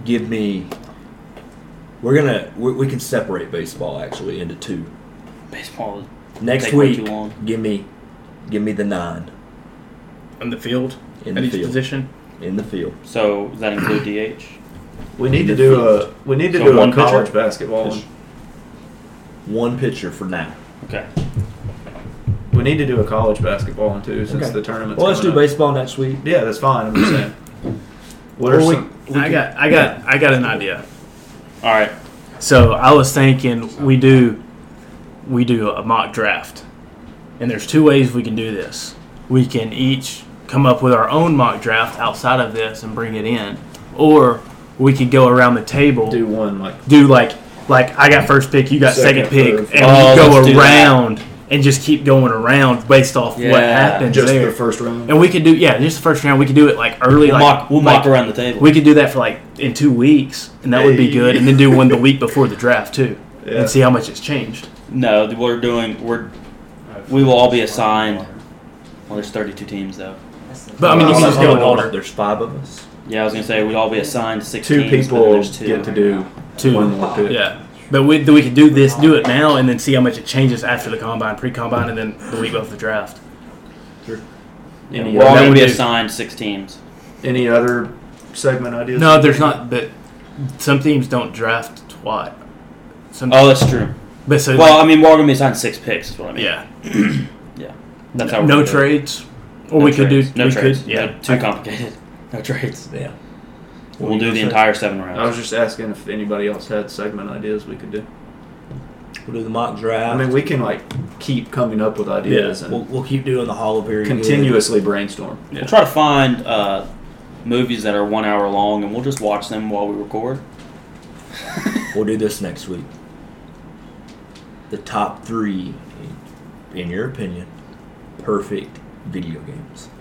S6: give me. We're gonna we, we can separate baseball actually into two.
S1: Baseball.
S6: Next
S1: Take way
S6: week,
S1: too long.
S6: give me, give me the nine
S4: in the field
S6: in
S4: at
S6: the
S4: each
S6: field.
S4: position.
S6: In the field,
S1: So does that include DH?
S2: we need to do a we need to
S1: So
S2: do
S1: one
S2: a
S1: pitcher?
S2: college basketball one.
S6: one pitcher for now.
S1: Okay.
S2: We need to do a college basketball one too since
S6: Okay.
S2: the tournament's
S6: Well, let's do
S2: coming up.
S6: baseball next week.
S2: Yeah, that's fine. I'm just
S1: <clears throat>
S2: saying. What
S6: Or
S2: are
S6: we-
S2: some?
S4: I got I got I got an idea.
S1: All right.
S4: So I was thinking we do we do a mock draft. And there's two ways we can do this. We can each come up with our own mock draft outside of this and bring it in. Or we could go around the table
S2: Do
S4: do,
S2: one like
S4: like like I got first pick, you got second,
S2: Second,
S4: pick,
S2: third,
S4: and
S1: fourth. Oh, let's do
S4: we go
S1: that.
S4: around and just keep going around based off
S1: Yeah,
S4: what happens
S2: just
S4: there.
S2: the first round.
S4: and we could do yeah, just the first round. We could do it like early,
S1: We'll
S4: like
S1: mock. We'll
S4: like,
S1: mock around the table.
S4: we could do that for like in two weeks, and that would be
S2: Hey.
S4: good. And then do
S2: <laughs>
S4: one the week before the draft too,
S2: Yeah.
S4: and see how much it's changed.
S1: no, we're doing. We're. We will all be assigned. Well, there's 32 teams though.
S4: But I mean, you can
S2: Well,
S4: just go in
S2: hold
S4: order
S6: There's five of us.
S1: Yeah, I was gonna say we'd all be assigned six
S2: Two
S1: teams, but
S2: people
S1: there's two.
S2: get to do one
S4: too.
S2: more pick.
S4: Yeah, but we we could do this, do it now, and then see how much it changes after the combine, pre-combine, and then the week of the draft.
S1: We're
S2: Any
S1: all
S4: That
S2: other,
S1: gonna
S4: would
S1: be
S4: do-
S1: assigned six teams.
S2: any other segment ideas?
S4: No, there's not. But some teams don't draft twice. Some,
S1: Oh, that's true.
S4: but so
S1: Well, I mean, we're all gonna be assigned six picks. Is what I mean.
S4: yeah,
S1: That's how. we're
S4: no
S1: gonna do it.
S4: trades, or
S1: No
S4: we could
S1: trades.
S4: do
S1: no
S4: we
S1: trades.
S4: Could, yeah,
S1: too complicated. <laughs> No trades.
S6: Yeah.
S1: We'll do the
S6: say?
S1: entire seven
S2: I was
S1: rounds.
S2: just asking if anybody else had segment ideas we could do.
S6: We'll do the mock draft.
S2: I mean, we can like keep coming up with ideas
S6: we'll,
S2: and
S6: we'll keep doing the Hall of Fame.
S2: continuously brainstorm.
S1: We'll try to find uh, movies that are one hour long, and we'll just watch them while we record.
S6: We'll do this next week. The top three, in your opinion, perfect video games.
S2: <laughs>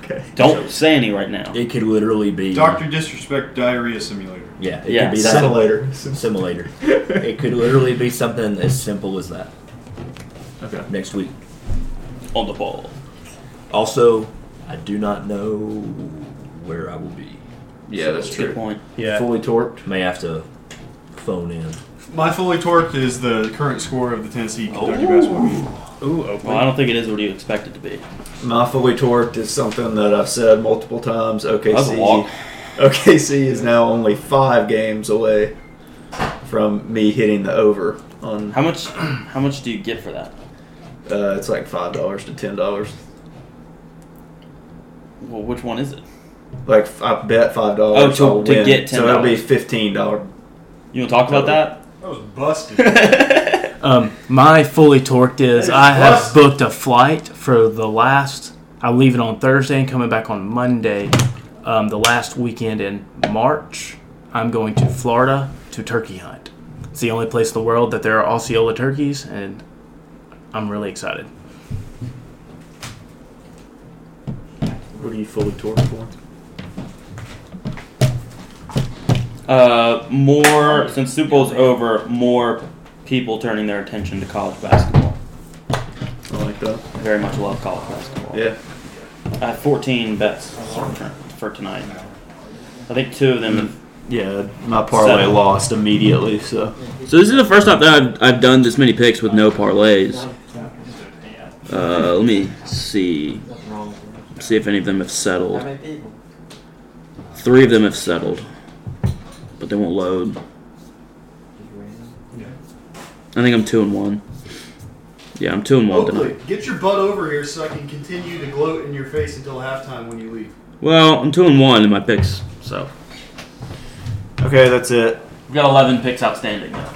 S2: Okay.
S1: Don't say any right now.
S6: It could literally be uh,
S3: Doctor Disrespect Diarrhea Simulator.
S6: Yeah, it
S1: Yeah,
S6: could be that.
S2: Simulator.
S6: Simulator. it could literally be something as simple as that
S2: Okay.
S6: next week.
S1: On the ball.
S6: Also, I do not know where I will be.
S2: Yeah, that's
S1: That's a good
S2: true.
S1: point.
S4: yeah.
S2: Fully torqued.
S6: May have to phone in.
S3: My fully torqued is the current score of the Tennessee Kentucky basketball game.
S4: Ooh,
S1: Well, I don't think it is what you expect it to be.
S2: My fully torqued is something that I've said multiple times.
S1: That's a walk.
S2: OKC. OKC is now only five games away from me hitting the over on.
S1: How much? How much do you get for that?
S2: Uh, it's like five dollars to ten dollars.
S1: Well, which one is it?
S2: Like f- I bet five dollars.
S1: Oh, to- to get
S2: So it'll be
S1: $10.
S2: fifteen dollar.
S1: You want to talk about that?
S3: That was <laughs> busted.
S1: <laughs>
S4: Um, my fully torqued is
S3: Hey,
S4: I have
S3: plus-
S4: booked a flight for the last. I'm leaving on Thursday and coming back on Monday. Um, the last weekend in March, I'm going to Florida to turkey hunt. It's the only place in the world that there are Osceola turkeys, and I'm really excited.
S2: What are you fully toured for?
S1: Uh, more since Super Bowl's over, more people turning their attention to college basketball.
S2: I like that.
S1: I very much love college basketball.
S2: Yeah.
S1: I have 14 bets for tonight. I think two of them.
S2: Yeah, my parlay
S1: Seven.
S2: lost immediately, so.
S1: So this is the first time that I've, I've done this many picks with no parlays. Uh, let me see. See if any of them have settled. Three of them have settled, but they won't load. I think I'm two and one. Yeah, I'm two and one tonight.
S3: get your butt over here so I can continue to gloat in your face until halftime when you leave.
S1: Well, I'm two and one in my picks, so
S2: Okay, that's it.
S1: we've got 11 picks outstanding. Now.